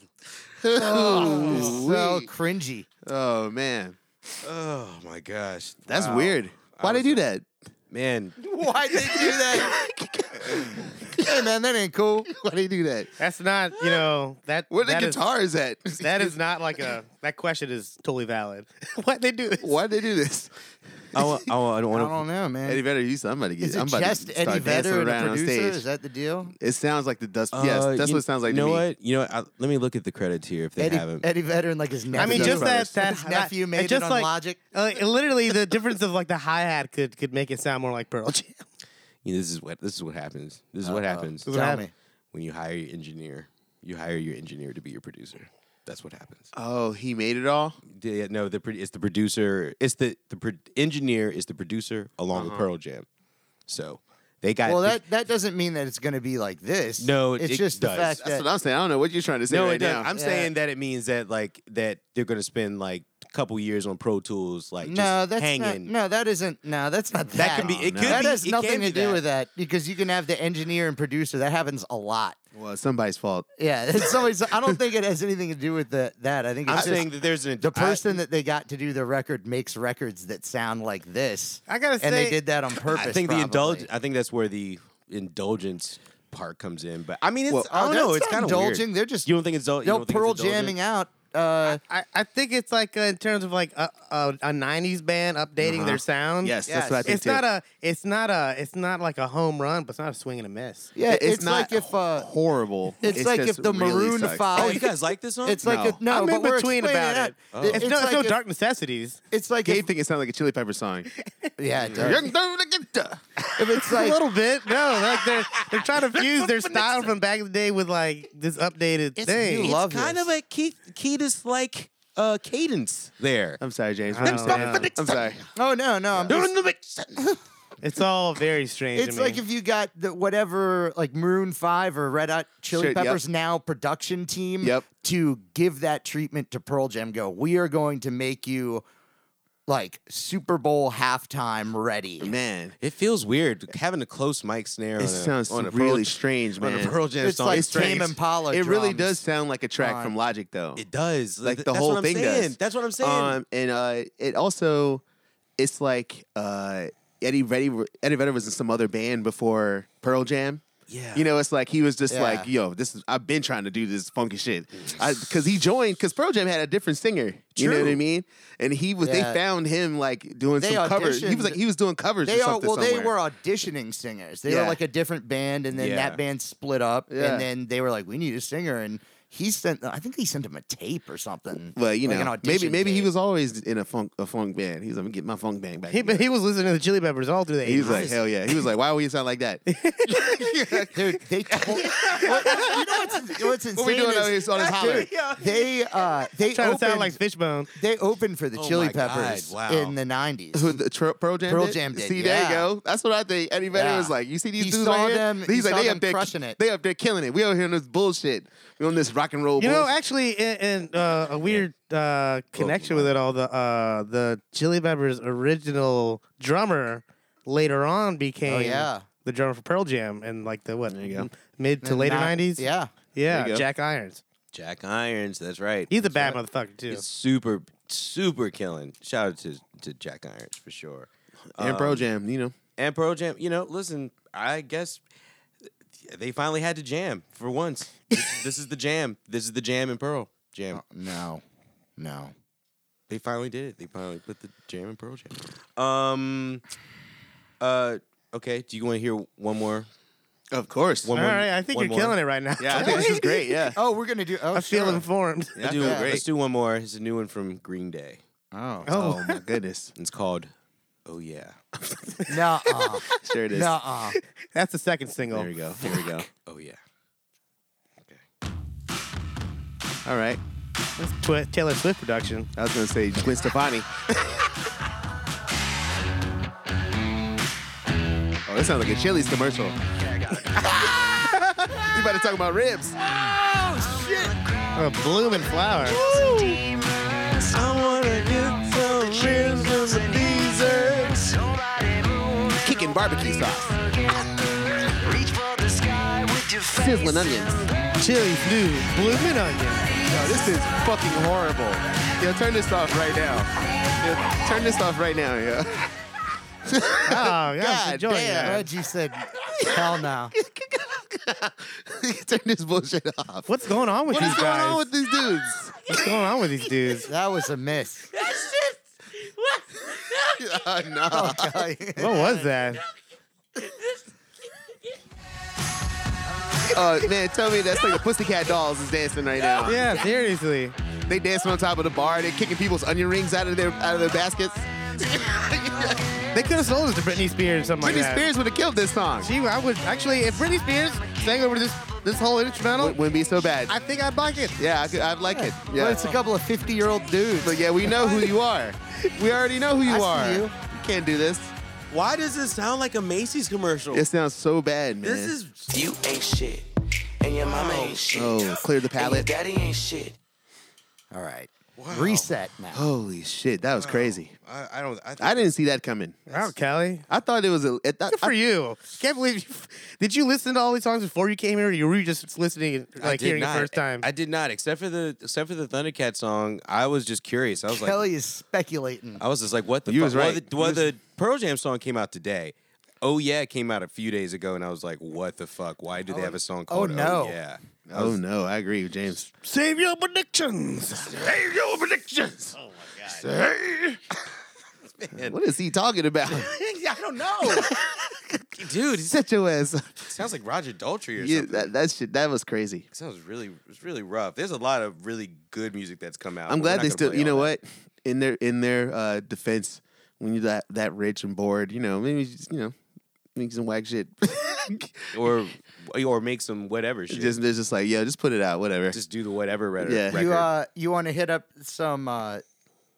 B: So
C: Ooh-wee.
B: cringy.
C: Oh man,
A: Oh my gosh,
C: that's
A: Wow.
C: weird. Why they do that? [LAUGHS]
A: man.
B: Why'd they do that? [LAUGHS] hey man, that ain't cool.
C: Why they do that?
D: That's not, you know, that
C: Where the
D: that is-
C: guitar is at?
D: that is not like a. That question is totally valid. [LAUGHS] Why they do this?
C: Why they do this?
A: I want. I want. I
C: [LAUGHS]
B: I
A: want to.
B: don't know, man.
C: Eddie Vedder, you somebody get.
B: is
C: I'm
B: it
C: about
B: just
C: to start
B: Eddie
C: dancing
B: Vedder and
C: around
B: a
C: on
B: producer?
C: stage.
B: Is that the deal?
C: It sounds like the dust. yes,
A: Uh,
C: that's
A: you-
C: what it sounds like
A: You know
C: to me.
A: what? You know, what? I, let me look at the credits here if they
B: Eddie,
A: haven't.
B: Eddie Vedder and like his nephew.
D: I mean,
C: Jonas
D: just
C: Brothers.
D: that, that
B: his
D: that-
B: nephew made
D: and just
B: it on
D: like,
B: Logic.
D: Uh, literally, the difference of like the hi hat could could make it sound more like Pearl Jam.
A: You know, this is what this is what happens. This is what happens
D: what
B: Tell
D: happened.
B: me.
A: when you hire your engineer. You hire your engineer to be your producer. That's what happens.
C: Oh, he made it all.
A: Yeah, no, the pro- it's the producer. It's the the pro- engineer is the producer along
C: Uh-huh.
A: with Pearl Jam. So they got
B: Well, that, that doesn't mean that it's going to be like this.
A: No, it-
B: it's
A: it
B: just
A: does.
B: the fact
C: That's
B: that
C: what I'm saying. I don't know what you're trying to say
A: no,
C: right
A: it doesn't.
C: now.
A: I'm
B: Yeah.
A: saying that it means that like that they're gonna spend like a couple years on Pro Tools, like
B: no,
A: just
B: that's
A: hanging.
B: not. No, that isn't. No, that's not that.
A: That can be. It
C: no.
A: could
B: that
A: be.
B: has
A: it
B: nothing
A: can be
B: to do
A: that.
B: with that because you can have the engineer and producer. That happens a lot.
C: well, it's somebody's fault.
B: Yeah, [LAUGHS] it's always. I don't think it has anything to do with the, that. I think it's
A: I'm
B: just
A: saying that there's an
B: the
A: I-
B: person that they got to do the record makes records that sound like this,
D: I gotta say,
B: and they did that on purpose.
A: I think the
B: probably.
A: indulgence. I think that's where the indulgence part comes in. But I mean, it's
C: Well,
A: I don't
B: Oh, that's
A: know. It's
B: not
A: kind of
B: indulging. They're just
A: You don't think it's you
B: they'll
A: don't think
B: pearl
A: it's indulgent?
B: jamming out. Uh,
D: I, I think it's like uh, in terms of like a, a, a '90s band updating their sound.
C: Yes,
B: Uh-huh. Yes.
C: that's what I think
D: it's
C: too.
D: not a, it's not a, it's not like a home run, but it's not a swing and a miss.
B: yeah,
C: it's,
B: it's,
C: not
B: like if uh,
C: horrible.
B: it's like
C: just
B: if the
C: really
B: Maroon
C: sucks.
B: Five-
A: Oh, you guys like this song?
B: it's like
C: No.
B: if, no,
D: I'm
B: but
D: in
B: we're
D: between
B: explaining
D: about it. Oh.
B: that.
D: It's, no,
B: like
D: it's no
B: if-
D: dark necessities.
B: It's like
C: Gabe
B: if,
C: think it sounded like a Chili Pepper song.
B: yeah, it does.
C: If
B: if it's
D: a
B: like
D: little bit, no. Like they're they're
B: [LAUGHS]
D: trying to fuse their style from back in the day with like this updated thing.
B: you love
A: it's kind
B: this.
A: of a Keith Keatis like uh, cadence there.
B: Um,
C: I'm sorry, James.
D: I don't know.
C: I'm sorry.
B: oh no no, I'm just
D: It's all very strange.
B: It's
D: to me.
B: like if you got the whatever, like Maroon Five or Red Hot Chili
C: Sure, yep.
B: Peppers now production team
C: Yep.
B: to give that treatment to Pearl Jam. Go, we are going to make you like Super Bowl halftime ready.
C: Man,
A: It feels weird having a close mic snare.
C: it
A: on a,
C: sounds
A: on a Pearl-
C: really strange,
A: on
C: man.
A: a Pearl Jam
B: It's
A: song.
B: like
A: It's
B: Tame
A: strange.
B: Impala.
C: it really
B: drums.
C: does sound like a track
B: on-
C: from Logic, though.
A: It does.
C: like the
A: that's
C: whole
A: what I'm
C: thing
A: saying.
C: does.
A: That's what I'm saying.
C: Um, and uh, it also, it's like uh, Eddie Vedder, Eddie Vedder was in some other band before Pearl Jam.
A: Yeah.
C: You know, it's like he was just
B: Yeah.
C: like, yo, this is, I've been trying to do this funky shit. I Because he joined, because Pro Jam had a different singer. You know what
A: Mm.
C: I
A: True.
C: mean? And he was,
B: Yeah.
C: they found him like doing
B: They
C: some covers. He was
B: auditioned-
C: like, he was doing covers
B: They
C: or
B: are
C: something
B: well. They
C: somewhere.
B: were auditioning singers. They
C: Yeah.
B: were like a different band, and then
A: Yeah.
B: that band split up,
C: Yeah.
B: and then they were like, "We need a singer," and he sent. I think he sent him a tape or something.
C: Well, you
B: like an
C: know, maybe
B: audition
C: maybe he
B: tape.
C: was always in a funk a funk band. He's like, "I'm gonna get my funk band back.
D: He,
C: together."
D: he was listening to the Chili Peppers all through the 80s.
C: He was like, hell yeah. He was like, why would you sound like
B: [LAUGHS]
C: that?
B: Dude, they [LAUGHS] told, Well, you know what's, what's
C: [LAUGHS]
B: insane
C: What we doing
B: is
C: out here on this
B: [LAUGHS]
C: holiday?
B: they uh they
D: trying
B: opened,
D: to sound like Fishbone.
B: they opened for the
A: Oh
B: Chili
A: my God,
B: Peppers
A: wow.
B: in the nineties.
C: Who the tr- Pearl Jam?
B: Pearl
C: did?
B: Jam did,
C: See, there
B: yeah.
C: you go. That's what I think. Anybody
B: Yeah.
C: was like, you see these
B: He
C: dudes
B: saw
C: right here?
B: them- he
C: He's like,
B: saw
C: they
B: them
C: up there
B: crushing it.
C: They up there killing it. We over here on this bullshit. We on this rock and roll.
D: You know,
C: bullshit.
D: actually, in, in uh, a weird uh, connection with it all, the uh, the Chili Peppers' original drummer later on became
B: Oh yeah,
D: the drummer for Pearl Jam in like the what
C: you go.
D: mid to later
B: Not-
D: nineties.
B: Yeah,
D: yeah,
C: There you go.
D: Jack Irons.
A: Jack Irons. That's right.
D: He's a
A: That's
D: bad
A: right.
D: motherfucker too.
A: He's super, super killing. Shout out to, to Jack Irons for sure. Um,
C: and Pearl Jam, you know.
A: And Pearl Jam, you know, listen, I guess they finally had to jam for once. this, this is the jam. This is the jam and Pearl jam.
C: Oh.
B: no, no.
A: They finally did it. They finally put the jam and Pearl Jam. Um, uh, okay. Do you want to hear one more?
C: Of course.
A: One
D: all
A: more-
D: right, I think
A: one
D: you're
A: more.
D: killing it right now.
C: yeah,
D: [LAUGHS]
C: I think this is
B: [LAUGHS]
C: great. Yeah.
B: Oh, we're gonna do. Oh,
D: I feel
B: sure.
D: informed. [LAUGHS]
C: Yeah,
A: Let's do-
C: I feel
A: Let's
C: great.
A: do one more. It's a new one from Green Day.
B: Oh,
C: Oh my goodness.
A: It's called Oh Yeah.
B: no, uh,
C: There it is.
B: no, uh.
C: [LAUGHS]
D: That's the second single.
A: There we go. Here we go. Oh Yeah.
C: All right.
D: That's Twi- Taylor Swift production.
C: I was gonna say Gwen Stefani. [LAUGHS] oh, that sounds like a Chili's commercial. [LAUGHS] you about to talk about ribs?
D: A blooming flower.
C: Kicking barbecue sauce, sizzling
F: Sizzling
C: onions.
D: Chili new blooming onion.
C: Yo, this is fucking horrible. Yo, turn this off right now. Yo, turn this off right now, yo. [LAUGHS]
D: Oh, God,
C: God
D: enjoying
C: damn.
D: that.
B: Reggie said, "Hell no."
C: turn this bullshit off.
D: What's going on with
C: what
D: these
C: is going
D: guys?
C: on with these dudes? [LAUGHS]
D: What's going on with these dudes?
B: That was a miss.
C: Oh, no.
D: Uh, What was
C: [LAUGHS]
D: that?
C: Uh, man, tell me that's like the Pussycat Dolls is dancing right now.
D: Yeah, seriously.
C: They dancing on top of the bar. They kicking people's onion rings out of their out of their baskets.
D: They could have sold it to Britney Spears or something
C: Britney
D: like that.
C: Spears would have killed this song.
D: She, I would actually, if Britney Spears sang over this this whole instrumental,
C: Wouldn't wouldn't be so bad.
D: I think I'd like it.
C: yeah, I could, I'd like it. Yeah.
B: But it's a couple of fifty-year-old dudes.
C: But yeah, we know who you are. We already know who you
B: I see
C: are.
B: you.
C: can't do this.
A: Why does this sound like a Macy's commercial?
C: It sounds so bad, man.
A: this is
F: You ain't shit. And your mama ain't shit.
C: oh, clear the
F: And your
C: palate.
F: daddy ain't shit.
B: All right, reset now.
C: Holy shit, that was crazy.
A: I, I don't. I,
C: I didn't see that coming.
D: Wow, Kelly.
C: I thought it was a. It, I,
D: Good for
C: I-
D: you. Can't believe you. Did you listen to all these songs before you came here, or you were you just listening,
A: I
D: like
A: did
D: hearing
A: not.
D: it first time?
A: I did not, except for the except for the Thundercat song. I was just curious. I was like,
B: Kelly is speculating.
A: I was just like, what the?
C: You
A: fuck?
C: was
A: Well,
C: right.
A: the, well,
C: You was-
A: the Pearl Jam song came out today. Oh yeah, came out a few days ago, and I was like, what the fuck? Why do they have a song
B: oh,
A: called Oh,
B: no.
A: Yeah?
C: Oh no, I agree with James.
D: Save your predictions.
C: Save your predictions. Oh my god. What is he talking [LAUGHS] about?
A: I don't know, [LAUGHS] dude. It
C: Set your ass. up.
A: sounds like Roger Daltrey or
C: Yeah,
A: something.
C: that, that shit. That was crazy.
A: It sounds really, it's really rough. There's a lot of really good music that's come out.
C: I'm
A: but Uh, we're
C: glad
A: not
C: they
A: gonna
C: still.
A: play
C: You
A: all
C: know
A: that.
C: what? In their in their uh, defense, when you're that that rich and bored, you know, maybe just, you know, make some
A: [LAUGHS]
C: whack shit. [LAUGHS]
A: Or or make some whatever shit.
C: just
A: Just,
C: they're just like, yo, just put it out, whatever.
A: do the whatever re-
C: Yeah.
A: record.
B: You uh, you want to hit up some uh,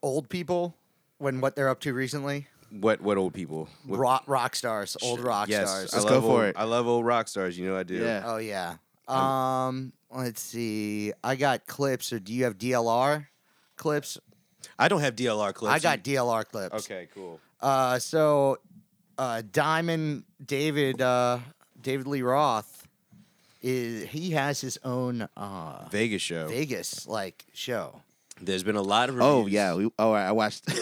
B: old people when what they're up to recently?
A: what what old people? What,
B: Rock rock stars, old rock
A: yes,
B: stars.
A: I
C: Let's
A: love
C: go for
A: old-
C: it.
A: I love old rock stars. You know I do.
C: yeah.
B: Oh yeah. Um, let's see. I got clips, or do you have DLR clips?
A: I don't have DLR clips.
B: I got
A: You-
B: DLR clips.
A: Okay, cool.
B: Uh, so, uh, Diamond David uh, David Lee Roth is he has his own uh,
A: Vegas show.
B: Vegas like show.
A: There's been a lot of reviews.
C: Oh yeah. We, oh, I watched. [LAUGHS]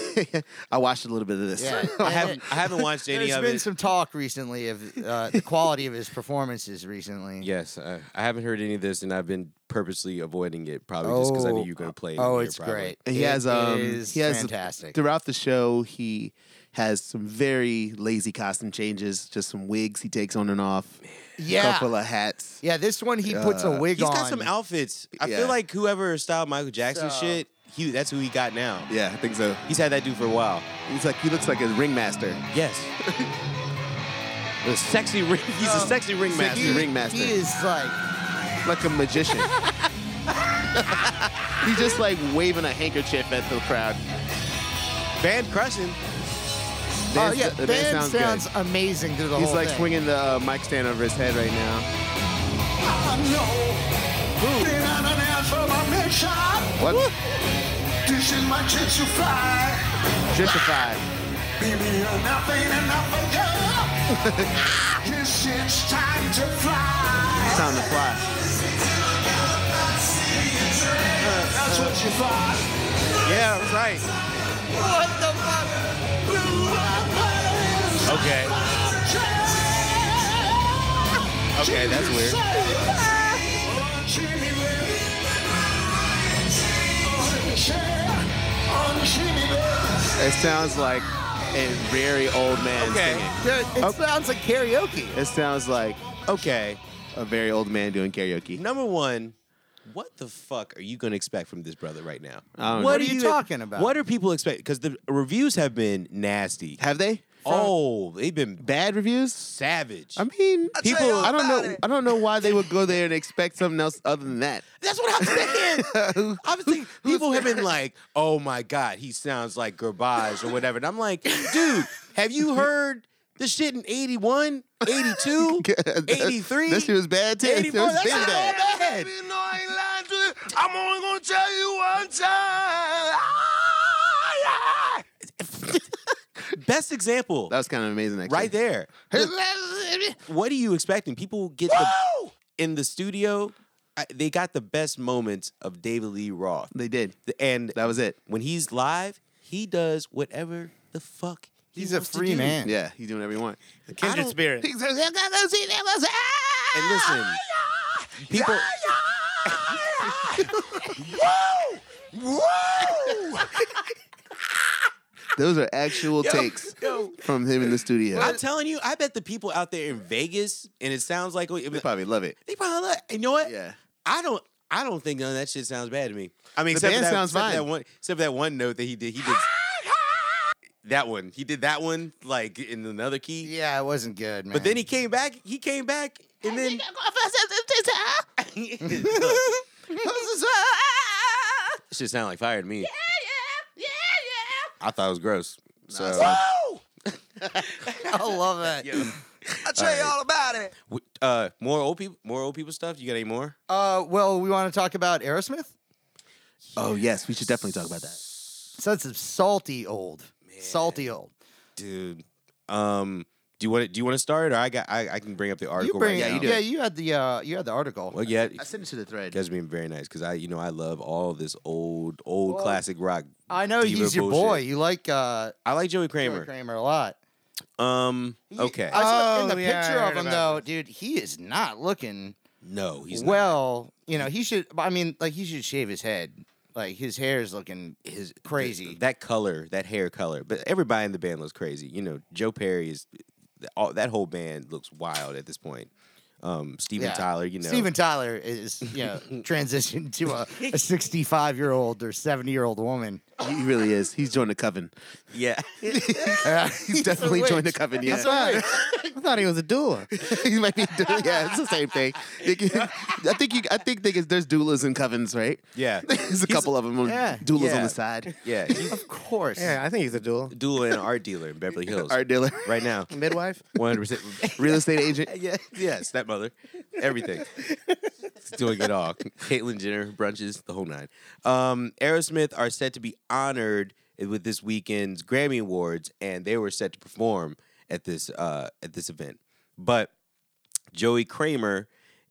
C: I watched a little bit of this.
B: Yeah.
A: I haven't I haven't watched any
B: There's
A: of
B: been
A: it.
B: some talk recently of uh, the quality of his performances recently.
A: Yes, I, I haven't heard any of this, and I've been purposely avoiding it, probably just because I knew you were going to play it.
B: Oh,
A: here,
B: it's
A: probably.
B: great.
C: And he
B: It
C: has um
B: is
C: he has [LAUGHS]
B: fantastic.
C: throughout the show he has some very lazy costume changes, just some wigs he takes on and off, a
B: yeah,
C: couple of Uh, hats.
B: yeah. This one he puts a wig
A: He's
B: on.
A: got some outfits. I
C: Yeah.
A: feel like whoever styled Michael Jackson
B: So-
A: shit, he that's who he got now.
C: Yeah, I think so.
A: He's had that dude for a while.
C: He's like he looks like a ringmaster.
B: [LAUGHS]
A: Yes. the sexy ring. [LAUGHS] He's a
C: Um,
B: So-
A: sexy ringmaster.
C: Sexy
B: he,
C: ringmaster.
B: He is like
C: like a magician. [LAUGHS] He's just like waving a handkerchief at the crowd.
A: Band crushing.
B: oh
C: Dance-
B: yeah,
C: the
B: band
C: sounds
B: sounds,
C: good.
B: amazing through the
C: He's
B: whole
C: like
B: thing.
C: swinging the uh, mic stand over his head right now. What?
G: This is my chance to fly.
C: Gentrified.
G: Baby, you're nothing enough for you. [LAUGHS] yes, it's time to fly.
C: Time to fly.
G: That's what you thought.
A: Yeah, right.
G: What the fuck? Blue eyes.
A: Okay. Okay, that's weird.
C: It sounds like a very old man
A: Okay.
C: singing. Oh.
B: Dude, it sounds like karaoke.
C: It sounds like
A: Okay.
C: a very old man doing karaoke.
A: Number one, what the fuck are you going to expect from this brother right now?
C: I don't
B: What
C: know.
B: are you talking about?
A: What are people expecting? Because the reviews have been nasty.
C: Have they?
A: Oh, they've been
C: Bad reviews?
A: savage.
C: I mean,
A: tell
C: people.
A: you
C: I don't know.
A: about it.
C: I don't know why they would
A: [LAUGHS]
C: go there and expect something else other than that. [LAUGHS]
A: That's what I'm saying. I'm thinking people have been like, "Oh my god, he sounds like garbage or whatever," and I'm like, "Dude, have you heard the shit in '81,
C: [LAUGHS]
A: '82, '83,
C: That shit was bad too. It was
A: '84?
C: been
A: That's not
C: bad.
A: bad."
G: I'm only gonna tell you one time.
A: Best example,
C: That was kind of amazing. Actually.
A: right there. What are you expecting? People get the in the studio. I, they got the best moments of David Lee Roth,
C: They did.
A: and
C: That was it.
A: when he's live, he does whatever the fuck. he
B: [LAUGHS] He's a
A: wants to
B: free
A: do.
B: man.
C: Yeah, he's doing whatever you want.
A: I
D: Kindred
A: don't-
D: spirit.
A: And listen, people.
C: Those are actual takes
A: Yo,
C: from him in the studio.
A: I'm telling you, I bet the people out there in Vegas, and it sounds like oh,
C: They probably love it.
A: they probably. Like, and you know what?
C: Yeah.
A: I don't. I don't think none of that shit sounds bad to me. I mean,
C: The
A: except for
C: band
A: that,
C: sounds
A: except for
C: fine.
A: that one, except for that one note that he did. [LAUGHS] He did that one. He did that one like in another key.
B: Yeah, it wasn't good, man. [LAUGHS]
A: But then he came back. He came back, and then. [LAUGHS] Shit sound like fire to me. Yeah, yeah, yeah, yeah. I thought it was gross. So
B: I love
A: [LAUGHS]
B: that.
G: I'll tell you all about it.
A: W- uh, more old people, more old people stuff. You got any more?
B: Uh, well, we want to talk about Aerosmith.
C: Oh yes, we should definitely talk about that.
B: So that's a salty old, salty old.
A: dude. Um, do you want to do you want to start, or I got I, I can bring up the article.
B: You bring,
A: right
B: yeah,
A: now.
B: you yeah, you had the uh, you had the article.
A: Well, yeah, you
C: I sent it to the thread.
A: [LAUGHS] guys are being very nice because I you know I love all this old old classic rock.
B: I know
A: diva
B: he's your
A: bullshit.
B: boy. You like uh,
A: I like Joey
B: Kramer.
A: Kramer.
B: Kramer a lot.
A: Um, okay,
B: I saw in
D: Oh,
B: the
D: yeah, I
B: picture
D: heard
B: of him
D: about
B: though, dude. He is not looking
A: no, he's well.
B: well. You know, he should. I mean, like he should shave his head. Like his hair is looking his crazy.
A: That color, that hair color, but everybody in the band looks crazy. You know, Joe Perry is all that whole band looks wild at this point. Um, Steven
B: Yeah.
A: Tyler, you know,
B: Steven Tyler is, you know, transitioned to a, a 65 year old or 70 year old
D: [LAUGHS]
B: woman.
C: He really is. He's joined the coven.
A: [LAUGHS] yeah,
C: He's definitely
B: witch.
C: joined the coven. Yeah,
D: I thought he was a doula.
C: [LAUGHS] he might be. doing- Yeah, it's the same thing. They can- I think you. I think they can, there's doulas and covens, right?
A: yeah,
C: [LAUGHS] There's a couple of them. on-
B: yeah,
C: doulas on
A: yeah.
C: the side.
A: [LAUGHS] yeah. He's
B: Of course.
D: Yeah, I think he's a doula.
A: a dual and art dealer in Beverly Hills
C: Art dealer,
A: right now.
D: Midwife.
A: One hundred percent.
C: real estate agent.
A: Yeah, yeah, stepmother, everything. It's doing it all. Caitlyn Jenner brunches, the whole nine. Um, Aerosmith are set to be honored with this weekend's Grammy Awards, and they were set to perform at this uh, at this event. But Joey Kramer,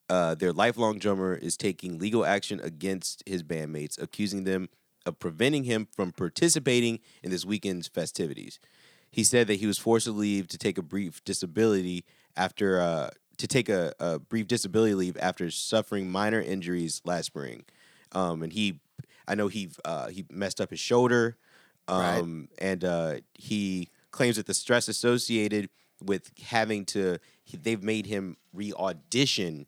A: uh, their lifelong drummer, is taking legal action against his bandmates, accusing them of preventing him from participating in this weekend's festivities. He said that he was forced to leave to take a brief disability after uh, to take a, a brief disability leave after suffering minor injuries last spring. Um, and he, I know he uh, he messed up his shoulder, um, and uh, he claims that the stress associated with having to he, they've made him re audition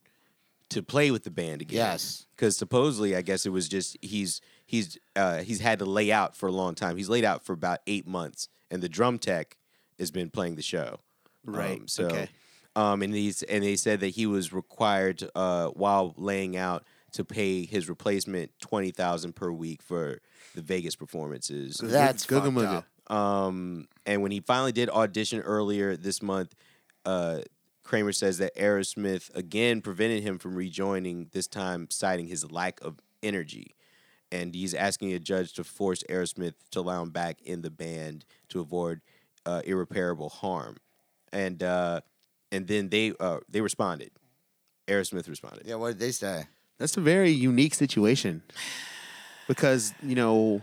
A: to play with the band again.
B: Yes.
A: because supposedly, I guess it was just he's he's uh, he's had to lay out for a long time. He's laid out for about eight months, and the drum tech has been playing the show.
C: Right,
A: Um, so,
C: okay.
A: um, and he's and they said that he was required uh, while laying out to pay his replacement twenty thousand per week for the Vegas performances.
B: That's
C: Google
B: fucked
C: Mooga.
B: up.
A: Um, and when he finally did audition earlier this month, uh, Kramer says that Aerosmith again prevented him from rejoining, this time citing his lack of energy. And he's asking a judge to force Aerosmith to allow him back in the band to avoid uh, irreparable harm. And uh, and then they uh, they responded. Aerosmith responded.
B: Yeah, what did they say?
C: That's a very unique situation because you know,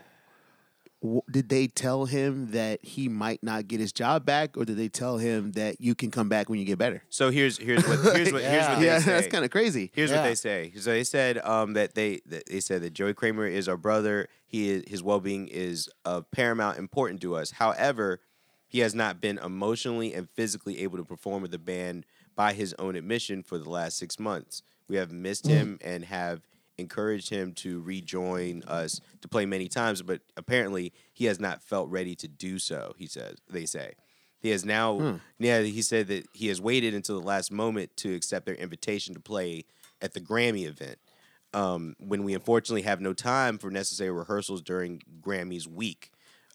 C: w- did they tell him that he might not get his job back, or did they tell him that you can come back when you get better?
A: So here's here's what
C: [LAUGHS]
A: here's what here's what they
C: Yeah,
A: say.
C: that's kind of crazy.
A: Here's what
B: Yeah.
A: they say. So they said um, that they that they said that Joey Kramer is our brother. He is, his well being is of paramount important to us. However, he has not been emotionally and physically able to perform with the band by his own admission for the last six months. We have missed him and have encouraged him to rejoin us to play many times, but apparently he has not felt ready to do so. He says they say. He has now, yeah, he said that he has waited until the last moment to accept their invitation to play at the Grammy event. Um, when we unfortunately have no time for necessary rehearsals during Grammys week.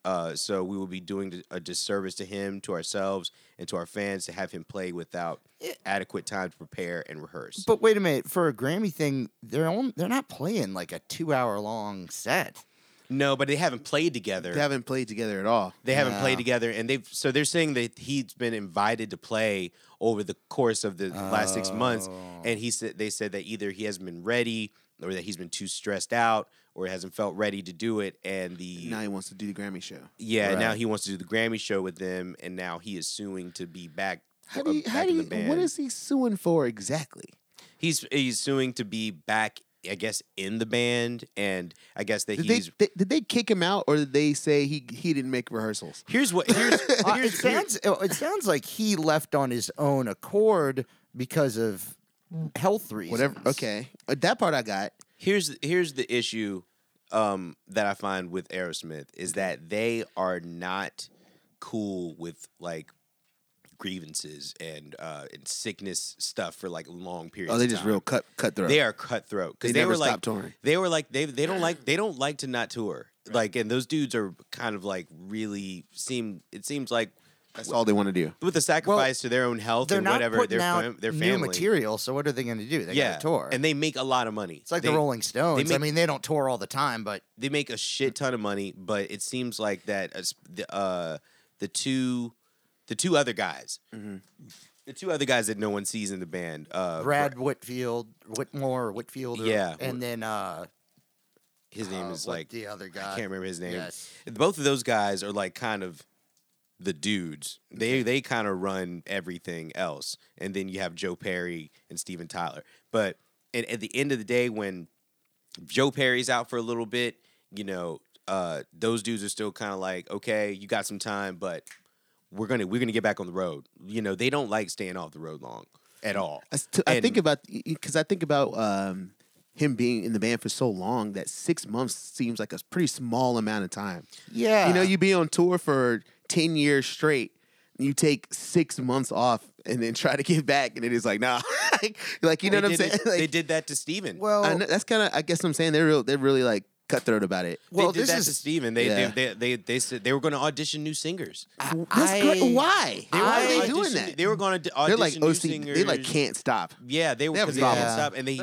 A: Uh, so we will be doing a disservice to him, to ourselves, and to our fans to have him play without adequate time to prepare and rehearse.
B: But wait a minute, for a Grammy thing, they're on, they're not playing like a two hour long set.
A: no, but they haven't played together.
C: They haven't played together at all.
A: They haven't played together, and they've so they're saying that he's been invited to play over the course of the last six months,
C: Oh.
A: and he said they said that either he hasn't been ready, or that he's been too stressed out, or hasn't felt ready to do it, and the
C: Now he wants to do the Grammy show.
A: yeah now he wants to do the Grammy show with them, and now he is suing to be back.
C: How
A: uh,
C: do you,
A: back
C: how do
A: in
C: you,
A: the band.
C: what is he suing for exactly?
A: he's he's suing to be back? I guess in the band, and I guess that
C: Did they,
A: he's.
C: they did they kick him out, or did they say he he didn't make rehearsals?
A: Here's what
C: [LAUGHS]
A: here's,
B: Uh, it
A: here's, here's
B: sounds it sounds like he left on his own accord because of health reasons.
C: Whatever. Okay, Uh, that part I got.
A: here's here's the issue um, that I find with Aerosmith is that they are not cool with like grievances and uh, and sickness stuff for like long periods.
C: Oh, they
A: of
C: just
A: time.
C: real cut cutthroat.
A: They are cutthroat because
C: They
A: they,
C: never
A: were like
C: stop touring.
A: they were like they they don't like they don't like to not tour like and those dudes are kind of like really seem it seems like
C: That's all they want to do.
A: with the sacrifice to their own health
B: They're
A: and
B: not
A: whatever
B: putting
A: their
B: out
A: fam- their
B: new
A: family
B: material, so what are they going to do? They
A: yeah
B: got to tour.
A: and they make a lot of money
B: it's like
A: They-
B: the Rolling Stones. I
A: make-
B: mean, they don't tour all the time, but
A: they make a shit ton of money, but it seems like that uh, sp- the uh, the two the two other guys, the two other guys that no one sees in the band, uh,
B: Brad Whitfield, Whitmore, Whitfield, or-
A: Yeah.
B: and then uh,
A: his name
B: uh,
A: is
B: what
A: like
B: the other guy.
A: I can't remember his name.
B: Yes.
A: Both of those guys are like kind of the dudes. They they kind of run everything else, and then you have Joe Perry and Steven Tyler. But at, at the end of the day, when Joe Perry's out for a little bit, you know, uh, those dudes are still kind of like, okay, you got some time, but we're gonna we're gonna get back on the road. You know, they don't like staying off the road long at all.
C: I, st- I
A: And-
C: think about because I think about um, him being in the band for so long that six months seems like a pretty small amount of time.
B: Yeah,
C: You know, you be on tour for ten years straight, and you take six months off, and then try to get back, and it is like, nah, [LAUGHS] like, you know
A: They
C: what I'm
A: did
C: saying? [LAUGHS]
A: it-
C: Like,
A: they did that to Steven.
B: well,
C: I know- that's kind of I guess what I'm saying they're real, they're really like cutthroat about it.
A: They
B: well,
A: did
B: this
A: that
B: is
A: to Steven. They,
C: Yeah.
A: they, they, they, they said they were going to audition new singers.
C: That's great.
B: I-
C: Why? Why
B: were
C: are they
A: Audition-
C: doing that?
A: They were going to audition
C: They're like
A: new
C: OC.
A: singers.
C: They like can't stop.
A: Yeah, they were
C: they have
A: 'cause they
C: problems.
A: can't stop, and
C: [LAUGHS]
A: they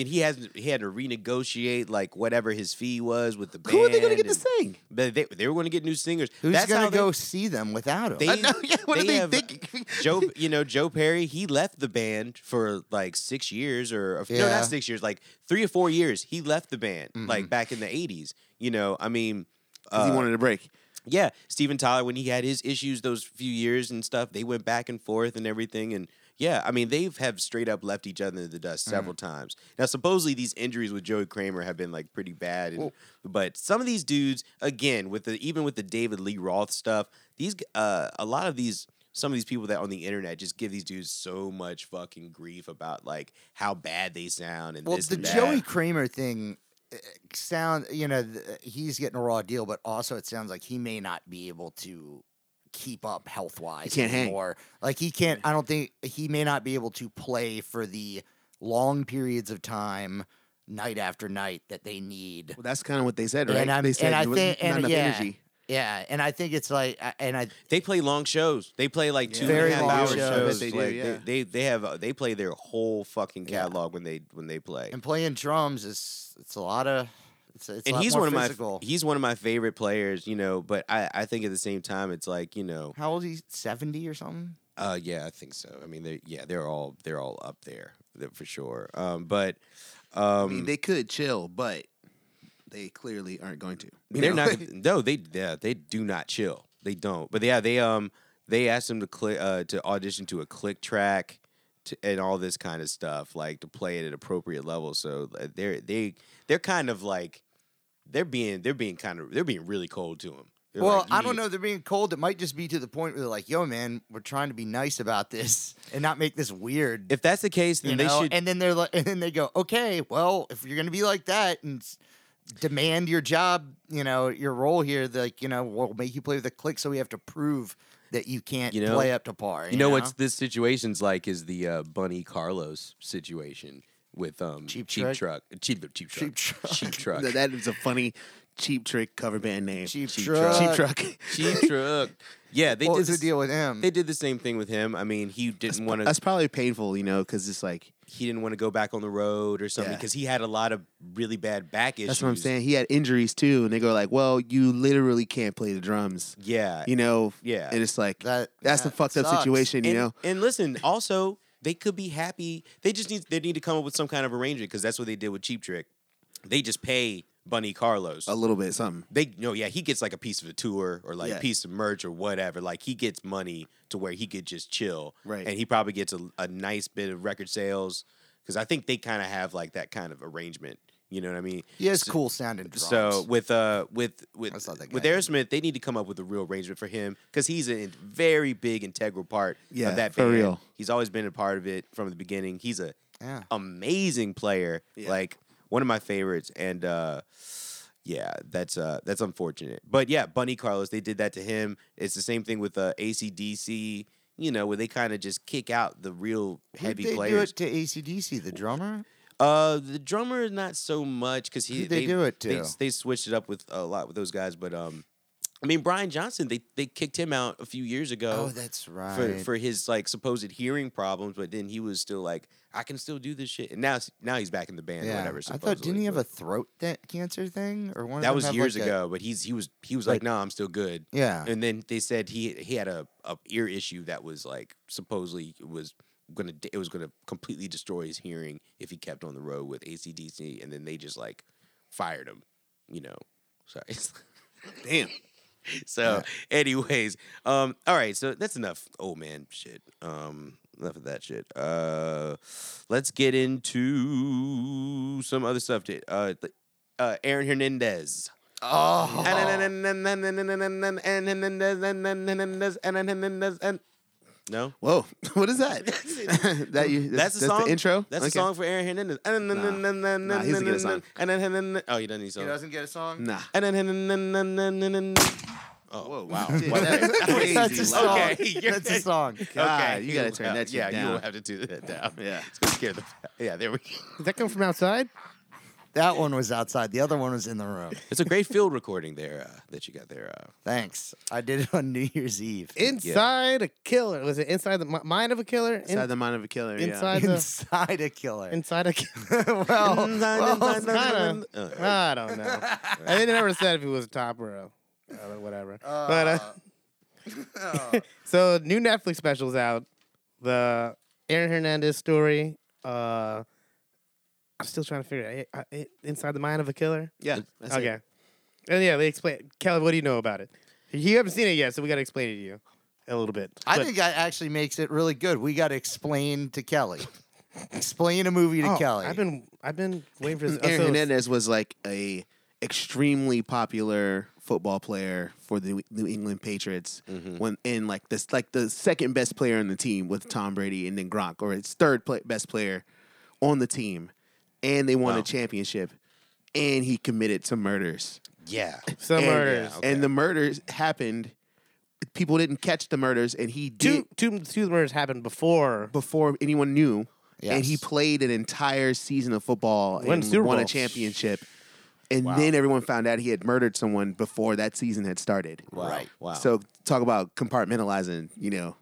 A: and he has he had to renegotiate like whatever his fee was with the band.
C: Who are they going to get to
A: and-
C: sing?
A: But they, they were going to get new singers.
B: who's
A: That's
B: going
A: how
B: to
A: they-
B: go see them without him? [LAUGHS]
A: They,
C: [LAUGHS] I know, yeah, what are they
A: have- uh,
C: thinking? [LAUGHS]
A: Joe, you know Joe Perry, he left the band for like six years or no,
B: Yeah.
A: not six years, like three or four years. He left the band like back in the 80s. You know, I mean,
C: 'Cause
A: uh,
C: Mm-hmm. he wanted a break.
A: yeah, Steven Tyler when he had his issues those few years and stuff, they went back and forth and everything and yeah, I mean they've have straight up left each other in the dust
B: Mm.
A: several times. Now supposedly these injuries with Joey Kramer have been like pretty bad and but some of these dudes again with the even with the David Lee Roth stuff, these g- uh a lot of these some of these people that on the internet just give these dudes so much fucking grief about like how bad they sound and
B: Well,
A: this
B: the
A: and that.
B: Joey Kramer thing uh, sound you know th- eh, he's getting a raw deal, but also it sounds like he may not be able to keep up health wise
C: He can't hang.
B: anymore. Like he can't. I don't think he may not be able to play for the long periods of time, night after night, that they need.
C: Well, that's kind of what they said, right?
B: And I'm-
C: they said
B: and I
C: there was
B: think-
C: not
B: and
C: enough
B: yeah.
C: energy.
B: Yeah, and I think it's like, I- and I
A: They play long shows. They play like two and a
B: Very
A: half
B: long
A: hour
B: shows.
A: shows.
B: I bet
C: they do,
A: Like,
C: yeah.
A: they, they they have uh, they play their whole fucking
B: Yeah.
A: catalog when they when they play.
B: and playing drums is it's a lot of it's, it's a
A: And
B: lot
A: he's
B: more
A: one of
B: physical.
A: my he's one of my favorite players, you know. But I I think at the same time it's like you know,
B: How old is he? Seventy or something?
A: uh, yeah, I think so. I mean, they yeah, they're all they're all up there th- for sure. Um, but um,
C: I mean, they could chill, but they clearly aren't going to. You
A: They're
C: [LAUGHS] know?
A: not.
B: [LAUGHS]
A: No, they yeah, they do not chill. They don't. But yeah, they um they asked him to click uh, to audition to a click track, to, and all this kind of stuff, like to play it at appropriate levels. So uh, they're they they're kind of like they're being they're being kind of they're being really cold to him. They're
B: well,
A: like, you
B: I don't
A: need-
B: know. They're being cold. It might just be to the point where they're like, "Yo, man, we're trying to be nice about this [LAUGHS] and not make this weird."
A: If that's the case, then
B: you
A: they
B: know?
A: should.
B: And then they're like, [LAUGHS] and then they go, "Okay, well, if you're gonna be like that and s- demand your job, you know, your role here, like, you know, we'll make you play with a click, so we have to prove that you can't
A: You know-
B: play up to par." You,
A: you know what's this situation's like is the uh, Bunny Carlos situation with um
B: Cheap
A: cheap
B: Trick?
A: truck cheap cheap [LAUGHS] truck
B: Cheap Truck. [LAUGHS]
A: cheap truck
C: Th- that is a funny cheap trick cover band name.
B: Cheap
A: Truck.
C: Cheap
B: Truck.
C: truck. [LAUGHS]
A: cheap truck yeah they
B: What
A: did
B: was the
A: this-
B: deal with him?
A: They did the same thing with him. I mean, he didn't want to.
C: That's probably painful, you know, because it's like
A: He didn't want to go back on the road or something
C: Yeah.
A: because he had a lot of really bad back issues.
C: that's what I'm saying. He had injuries too, and they go like, "Well, you literally can't play the drums,"
A: Yeah,
C: you know.
A: Yeah.
C: and it's like
B: That-
C: that's
B: that
C: the fucked up
B: sucks.
C: situation, you
A: and,
C: know.
A: And listen, also they could be happy. They just need they need to come up with some kind of arrangement because that's what they did with Cheap Trick. They just pay Bunny Carlos.
C: A little bit something.
A: they no, yeah, he gets like a piece of a tour or like
C: Yeah.
A: a piece of merch or whatever. Like he gets money to where he could just chill,
C: Right.
A: And he probably gets a, a nice bit of record sales because I think they kind of have like that kind of arrangement. You know what I mean?
B: He has cool sounding drums.
A: So with uh with with
B: I saw that
A: with
B: guy.
A: Aerosmith, they need to come up with a real arrangement for him because he's a very big integral part
C: Yeah,
A: of that
C: for
A: band.
C: real.
A: He's always been a part of it from the beginning. He's a
B: Yeah.
A: amazing player,
C: Yeah.
A: like one of my favorites, and uh, yeah, that's uh that's unfortunate. But yeah, Bunny Carlos, they did that to him. It's the same thing with uh, ACDC. You know, where they kind of just kick out the real
B: Who'd
A: heavy
B: they
A: players.
B: do it to ACDC, the drummer.
A: Uh, the drummer is not so much because he
B: Who'd they do it
A: They,
B: to?
A: they switched it up with a lot with those guys, but um, I mean Brian Johnson, they they kicked him out a few years
B: Oh,
A: ago
B: that's right.
A: for for his like supposed hearing problems, but then he was still like, I can still do this shit, and now s- now he's back in the band or whatever.
B: I thought didn't
A: supposedly,
B: he have
A: but-
B: a throat that cancer thing or one? of
A: that
B: them
A: was
B: have,
A: years
B: like, a-
A: ago, but he's he was he was like, no, I'm still good.
B: Yeah.
A: And then they said he he had a, a ear issue that was like supposedly was gonna d- it was gonna completely destroy his hearing if he kept on the road with ACDC, and then they just like fired him. You know, [LAUGHS] sorry. Damn. So, anyways, um, all right. So that's enough. old man, shit. Um, enough of that shit. Uh, let's get into some other stuff. To, uh, th- uh, Aaron Hernandez.
B: Oh,
A: No,
C: Whoa, [LAUGHS] what is that? [LAUGHS] that you,
A: that's
C: that's
A: the song.
C: the intro.
A: That's the
C: Okay.
A: song for Aaron Hernandez. Nah,
C: he doesn't get a song.
A: Oh, he doesn't need a
B: he
A: song.
B: doesn't get a song.
C: Nah.
A: Oh,
C: Whoa, wow.
B: [LAUGHS] that's a song. [LAUGHS]
A: Okay, you're-
B: that's
A: [LAUGHS]
B: a song.
C: God, you gotta turn that shit
A: yeah, you
C: down.
A: will have to do that down. [LAUGHS]
C: Yeah.
A: it's gonna scare the. Yeah, there we go.
D: Did that come
C: [LAUGHS]
D: from outside?
B: That one was outside. The other one was in the room.
A: It's a great field recording there uh, that you got there. [LAUGHS] Uh,
B: Thanks. I did it on New Year's Eve. [LAUGHS]
D: Inside a killer. Was it inside the mi- mind of a killer? In-
C: Inside the mind of a killer.
D: Inside-
B: Inside a killer.
D: inside a [LAUGHS] killer.
B: well, well,
D: it's kinda-
A: Uh,
D: I don't know. I didn't ever said if it was top row. Uh, whatever. but uh, so new Netflix specials out. The Aaron Hernandez story. Uh, I'm still trying to figure it out. I- I- Inside the mind of a killer.
C: Yeah. that's it.
D: okay. And yeah, they explain. Kelly, what do you know about it? You haven't seen it yet, so we got to explain it to you a little bit.
B: I
D: But-
B: think that actually makes it really good. We got to explain to Kelly. explain a movie to
D: Oh,
B: Kelly.
D: I've been I've been waiting for this. oh,
C: Aaron
D: so-
C: Hernandez was like a extremely popular football player for the New England Patriots when and like this like the second best player on the team with Tom Brady and then Gronk or its third pla best player on the team and they won a championship and he committed some murders
A: Yeah.
D: some
C: and,
D: murders.
C: and the murders happened people didn't catch the murders and he did
D: Two, two, two of the murders happened before.
C: before anyone knew. And he
B: Yes.
C: played an entire season of football
D: Won
C: and
D: Super
C: won a
D: Bowl.
C: championship. And then everyone found out he had murdered someone before that season had started.
B: Right.
A: Wow.
C: So talk about compartmentalizing, you know.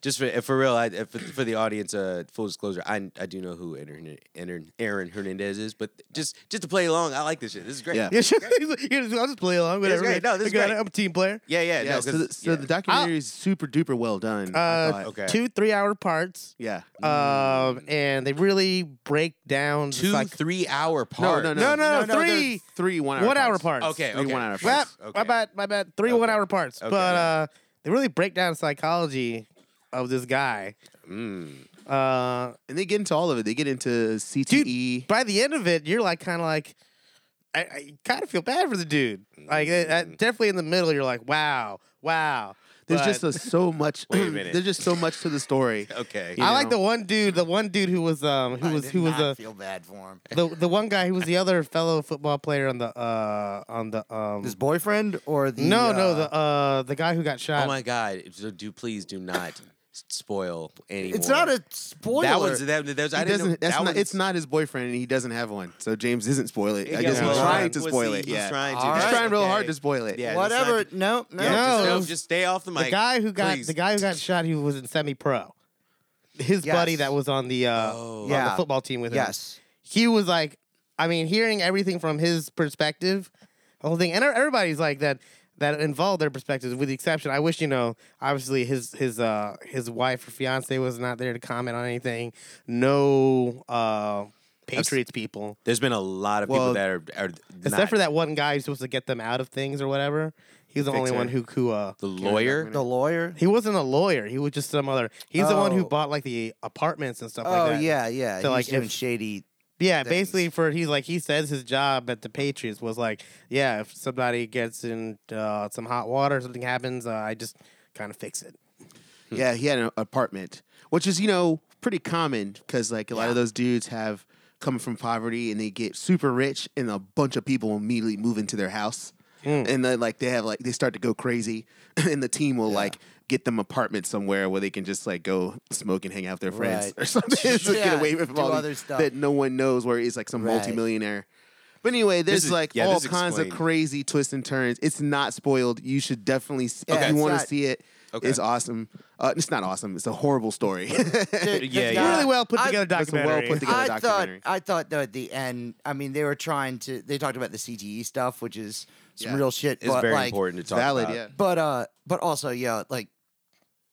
A: just for for real, I, for, for the audience, uh, full disclosure, I I do know who Aaron, Aaron, Aaron Hernandez is, but just just to play along, I like this shit. This is great.
D: [LAUGHS]
C: Yeah.
D: Yeah, sure. He's like, "Yeah, I'll just play along.
A: It's
D: Whatever.
A: great. No, this is
D: I got
A: great.
D: it. I'm a team player.
A: Yeah, yeah,
C: Yeah,
A: no,
C: so
A: 'cause-
C: the, so
A: yeah.
C: the documentary is super duper well done. I
D: Ah. Uh,
C: thought.
A: Okay. Mm.
D: Two three hour parts.
C: Yeah.
D: Um, and they really break down
A: two
D: like,
A: three hour
C: no,
A: part.
C: no, no,
D: No, no,
C: they're
D: three-
C: three one hour
D: one hour
C: parts.
D: parts.
A: Okay,
C: Three
A: okay.
C: one hour
D: Well,
C: parts.
A: Okay.
D: my bad, my bad. Three one hour parts,
A: Okay,
D: but
A: yeah.
D: uh, they really break down psychology of this guy.
A: Mm,
D: Uh,
C: And they get into all of it. They get into E.
D: dude,
C: CTE.
D: by the end of it, you're like kind of like, I, I kind of feel bad for the dude. Like, uh,
A: Mm.
D: uh, definitely in the middle, you're like, wow, wow.
C: There's
D: But
C: just a, so much
A: Wait a minute.
C: [CLEARS THROAT] there's just so much to the story.
A: [LAUGHS] Okay.
C: you
D: I like
C: know.
D: the one dude, the one dude who was um who
B: I
D: was
B: did
D: who was
B: not
D: a
B: feel bad for him.
D: the, the one guy who was the other fellow football player on the uh on the um
B: His boyfriend or the
D: no no
B: uh,
D: the uh the guy who got shot
A: Oh my god! So do please do not s- spoil anymore.
B: It's not a spoiler.
A: That one's that, there's, I
C: He
A: didn't. Know,
C: doesn't. That's
A: that
C: not,
A: one's-
C: it's not his boyfriend, and he doesn't have one. So James isn't spoil it. I
A: Yeah,
C: guess
D: well,
C: he's trying to
A: well,
C: spoil
A: see,
C: it.
A: He's
C: Yeah,
A: trying to.
B: All
C: he's
B: right.
C: trying real
A: Okay.
C: hard to spoil it.
A: Yeah. that's
B: Whatever.
A: not-
B: No, no.
A: Yeah,
D: No,
A: just,
D: it
A: no,
D: was-
A: just stay off the mic.
D: the guy who got
A: please.
D: the guy who got shot who was in semi pro his
B: Yes. Oh.
D: buddy that was on the uh on
B: Yeah.
D: the football team with him
B: Yes.
D: he was like i mean hearing everything from his perspective the whole thing and er, everybody's like that that involved their perspectives with the exception i wish you know obviously his his uh his wife or fiance was not there to comment on anything no uh patriots people
A: There's been a lot of
C: Well,
A: people that are, are
D: except
A: not-
D: for that one guy who's supposed to get them out of things or whatever he was the only
C: Fixer.
D: one who who uh
A: the lawyer.
B: The lawyer.
D: he wasn't a lawyer. He was just some other. He's the one who
B: Oh.
D: bought like the apartments and stuff
B: Oh
D: like that.
B: yeah, yeah.
D: So,
B: He
D: like,
B: was doing
D: if- [LAUGHS]
B: shady.
D: yeah.
B: things.
D: Basically, for he's like he says his job at the Patriots was like, yeah, if somebody gets in uh, some hot water, something happens, uh, I just kind of fix it.
C: Yeah, he had an apartment, which is you know pretty common because like a lot of those dudes have come from poverty and they get super rich, and a bunch of people immediately move into their house, and they like they have like they start to go crazy, [LAUGHS] and the team will like get them apartments somewhere where they can just like go smoke and hang out with their friends [LAUGHS]
B: Right.
C: or something, so
B: Yeah,
C: get away from
B: do
C: all
B: other
C: these-
B: stuff.
C: that no one knows where it's like some
B: Right.
C: multimillionaire. But anyway, there's
A: is-
C: like
A: yeah,
C: all
A: this is
C: kinds of
A: explained.
C: crazy twists and turns. It's not spoiled. You should definitely, s-
B: Yeah,
C: if
B: it's
C: you want to
B: not-
C: see it,
A: Okay.
C: it's awesome. Uh, it's not awesome. It's a horrible story. [LAUGHS]
B: Th-
A: Yeah,
B: th-
A: yeah.
B: uh,
D: really well put
B: I-
D: together
C: It's a well
D: documentary.
C: put together
B: I thought
C: documentary.
B: I thought though at the end, I mean, they were trying to. They talked about the CTE stuff, which is some
C: Yeah.
B: real shit.
A: It's
B: but
A: very
B: like,
A: important to talk
C: Valid,
A: about.
C: yeah.
B: But uh, but also, yeah, like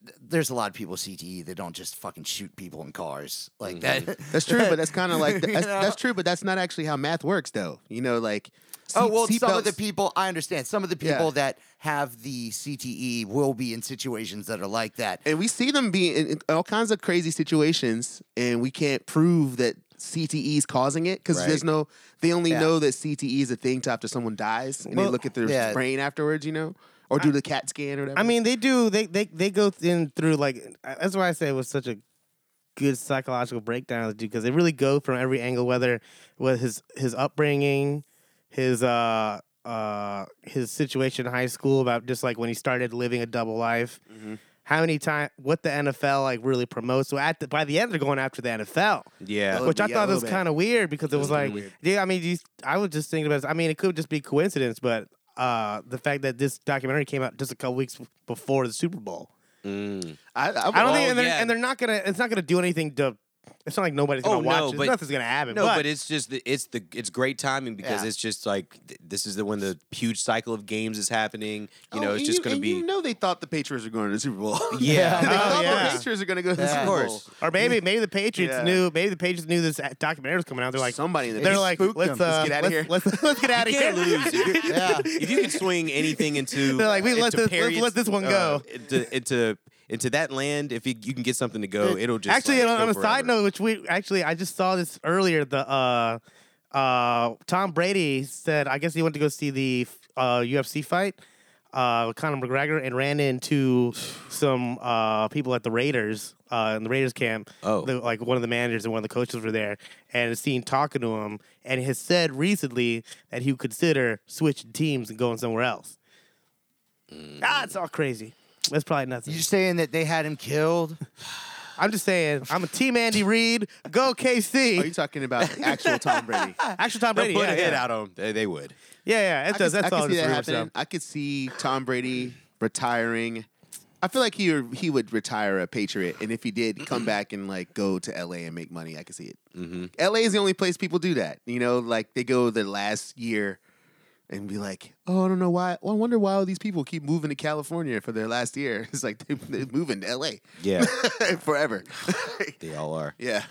B: th- there's a lot of people with CTE that don't just fucking shoot people in cars like that. [LAUGHS]
C: That's true, but that's kind of [LAUGHS] like
B: You
C: that's,
B: know?
C: that's true, but that's not actually how math works, though. You know, like
B: oh
C: seat-
B: well, some of
C: seatbelts-
B: the people I understand. Some of the
C: Yeah.
B: people that have the CTE will be in situations that are like that.
C: and we see them being in, in all kinds of crazy situations, and we can't prove that CTE is causing it because
A: Right.
C: there's no. They only
B: Yeah.
C: know that CTE is a thing to after someone dies, and they
D: Well,
C: look at their
B: yeah.
C: brain afterwards. You know, or do the CAT scan or whatever.
D: I mean, they do. They they they go in through like I- that's why I say it was such a good psychological breakdown of the dude because they really go from every angle, whether with his his upbringing, his uh uh his situation in high school about just like when he started living a double life. How many times? What the NFL like really promotes? So at the, by the end, they're going after the NFL,
A: Yeah.
C: Well,
D: which I
C: Oh, yeah, a
D: thought
C: little
D: was
C: bit.
D: kind of weird because it was
C: kinda
D: like, yeah, I mean, these, I was just thinking about this. I mean, it could just be coincidence, but uh, the fact that this documentary came out just a couple weeks before the Super Bowl,
A: Mm.
C: I, I,
D: I don't
A: Oh,
D: think, and they're,
A: yeah.
D: and they're not gonna. It's not gonna do anything to It's not like nobody's gonna
A: Oh
D: watch
A: no,
D: it.
A: but
D: Nothing's gonna happen.
A: No,
D: but,
A: but, it's just the, it's the it's great timing because
B: Yeah.
A: it's just like th- this is the when the huge cycle of games is happening. You know,
C: Oh,
A: it's
C: and
A: just
C: you-
A: going to
C: and
A: be
C: You know, they thought the Patriots were going to the Super
D: [LAUGHS]
C: Bowl. [LAUGHS]
A: yeah.
C: they
D: Oh,
C: thought
D: yeah.
C: the Patriots were going to go to the
B: Yeah.
C: Super
B: Of
C: Bowl.
A: course. [LAUGHS]
D: or maybe maybe the Patriots
C: Yeah.
D: knew maybe the Patriots knew this documentary was coming out. They're like
C: Somebody in the
D: they're
C: Patriots
D: like
C: spooked
D: let's,
C: them.
D: uh,
C: Let's get out of here.
D: let's, Let's, [LAUGHS] let's get out of
A: You
D: here.
A: [LAUGHS] can't lose. If you-
B: Yeah.
A: If you can swing
D: [LAUGHS]
A: anything into,
D: They're like, we let
A: into
D: this- let's
A: periods,
D: let this one
A: uh,
D: go.
A: into, into into that land. If you, you can get something to go, it'll just
D: actually
A: like,
D: on,
A: go
D: on a side
A: forever.
D: note, which we actually I just saw this earlier. The uh, uh, Tom Brady said I guess he went to go see the uh, UFC fight. Uh, with Conor McGregor and ran into some uh, people at the Raiders uh, in the Raiders camp.
A: Oh.
D: The- like one of the managers and one of the coaches were there and seen talking to him and has said recently that he would consider switching teams and going somewhere else.
A: Mm.
D: Ah, it's all crazy. That's probably nothing.
B: You saying that they had him killed?
D: I'm just saying, I'm a team Andy Reid.
C: [LAUGHS]
D: Go
C: Are you
D: KC.
C: talking
D: [LAUGHS]
C: about actual Tom Brady?
D: Actually, Tom
A: They'll
D: Brady.
A: put
D: yeah,
A: a hit
D: yeah.
A: out on 'em. They, they would.
D: Yeah, yeah, it
C: I
D: does.
C: could-
D: That's
C: I
D: all
C: could see
D: this
C: that
D: rumor stuff.
C: happening. I could see Tom Brady retiring. I feel like he he would retire a Patriot, and if he did, come back and like go to L.A. and make money. I could see it. L.A. is the only place people do that. You know, like they go the last year and be like, "Oh, I don't know why. Well, I wonder why all these people keep moving to California for their last year." [LAUGHS] It's like they, they're moving to L.A.
A: Yeah,
C: [LAUGHS] forever.
A: they all are.
C: yeah.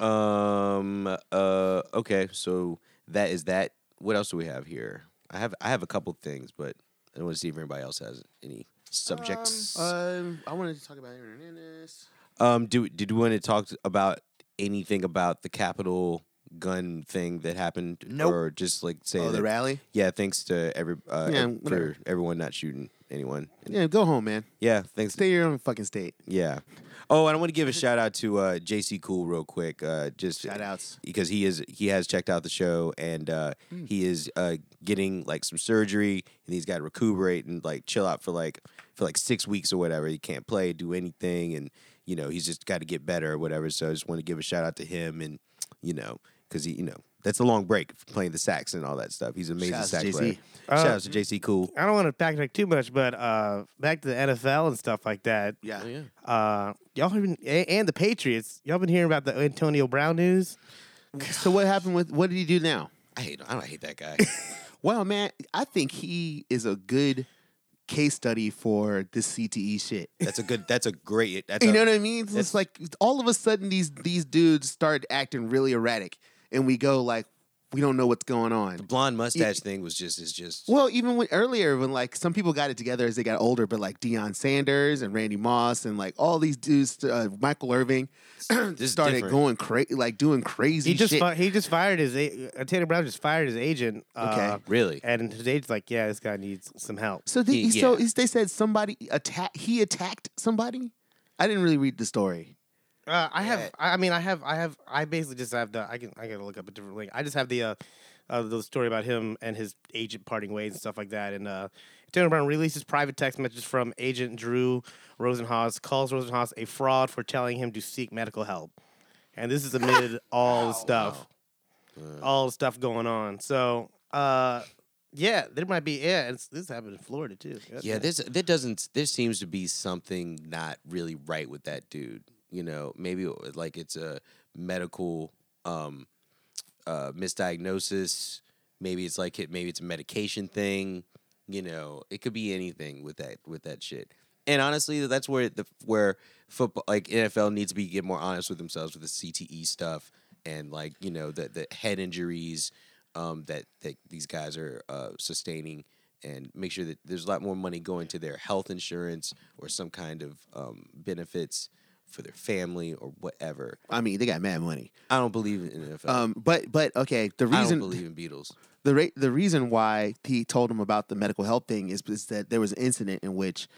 A: Um. Uh. Okay. So that is that. What else do we have here? I have I have a couple things, but I want to see if anybody else has any subjects. Um.
C: Um, I wanted to talk about Aaron Hernandez.
A: do did we want to talk about anything about the Capitol gun thing that happened?
B: Nope.
A: Or just like say
C: Oh,
A: that-
C: the rally.
A: Yeah. Thanks to every uh,
C: Yeah,
A: ev-
C: whatever.
A: for everyone not shooting anyone.
C: Yeah, go home, man.
A: Yeah. Thanks.
C: Stay in your own fucking state.
A: Yeah. Oh, and I want to give a shout out to uh, JC Cool real quick. Uh, just
C: Shout outs. Hmm.
A: because he is he has checked out the show and uh, he is uh, getting like some surgery and he's got to recuperate and like chill out for like for like six weeks or whatever. He can't play, do anything, and you know he's just got to get better or whatever. So I just want to give a shout out to him and you know because he you know that's a long break from playing the sax and all that stuff. He's an amazing
C: Shout outs to
A: sax
C: JC.
A: player.
D: Uh,
A: shout out to JC Cool.
D: I don't want to backtrack too much, but uh, back to the NFL and stuff like that.
C: Yeah. Oh, yeah.
D: Uh, y'all have been, a- and the Patriots. Y'all been hearing about the Antonio Brown news?
C: So what happened with what did he do now?
A: I hate I don't hate that [LAUGHS] guy.
C: Well, man, I think he is a good case study for this CTE shit.
A: that's a good. That's a great. That's
C: You
A: a,
C: know what I mean? It's,
A: That's-
C: like all of a sudden these these dudes start acting really erratic, and we go like, we don't know what's going on.
A: blonde mustache thing was just is just
C: Well, even when earlier, when like some people got it together as they got older, but like Deion Sanders and Randy Moss and like all these dudes, uh, Michael Irving, [CLEARS THROAT]
A: is
C: started
A: different.
C: going crazy, like doing crazy
D: He just
C: shit.
D: fi- he just fired his a- Antonio Brown just fired his agent. Uh,
C: Okay.
A: really.
D: And his agent's like, yeah, this guy needs some help.
C: So they,
A: He-
C: so
A: yeah.
C: is- they said somebody attack. He attacked somebody. I didn't really read the story.
D: Uh, I have. I I mean, I have. I have. I basically just have the. I can. I gotta look up a different link. I just have the. Uh, uh, the story about him and his agent parting ways and stuff like that. And uh, Antonio Brown releases private text messages from agent Drew Rosenhaus, calls Rosenhaus a fraud for telling him to seek medical help. And
A: [LAUGHS]
D: this is amid all the
A: Oh,
D: stuff, all the stuff going on. So, uh, yeah, there might be. Yeah, it's, this happened in Florida too.
A: Yeah, this there doesn't there seems to be something not really right with that dude. You know, maybe it was like it's a medical um uh misdiagnosis. Maybe it's like it maybe it's a medication thing. You know, it could be anything with that with that shit. And honestly, that's where the where football like NFL needs to be get more honest with themselves with the CTE stuff and like, you know, the the head injuries um that, that these guys are uh sustaining and make sure that there's a lot more money going to their health insurance or some kind of um, benefits for their family or whatever.
C: I mean, they got mad money.
A: I don't believe in NFL.
C: Um, but but okay, the
A: I don't
C: reason
A: believe in Beatles.
C: the ra- the reason why he told him about the medical health thing is, is that there was an incident in which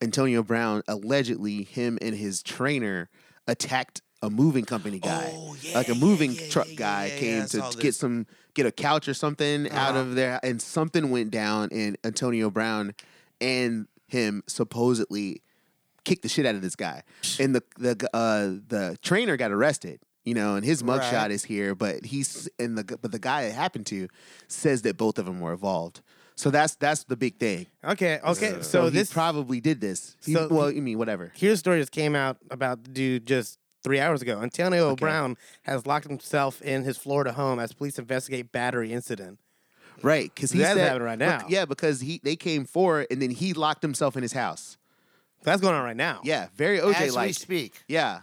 C: Antonio Brown allegedly him and his trainer attacked a moving company guy,
A: Oh,
C: like a moving truck guy came to get some get a couch or something
A: Uh-huh.
C: out of there, and something went down, and Antonio Brown and him supposedly kicked the shit out of this guy, and the the g- uh, the trainer got arrested. You know, and his mugshot
B: Right.
C: is here, but he's and the g- but the guy it happened to says that both of them were involved. So that's that's the big thing.
D: Okay. Okay. so
C: he
D: this
C: probably did this. He-
D: so
C: well,
D: he-
C: I mean, whatever.
D: Here's a story that came out about the dude just three hours ago. Antonio Brown has locked himself in his Florida home as police investigate battery incident.
C: Right, because he
D: That's
C: said,
D: happening right
C: bec-
D: now.
C: Yeah, because he they came forward and then he locked himself in his house.
D: That's going on right now.
C: Yeah, very
B: As
C: OJ
B: we
C: like.
B: speak.
C: Yeah,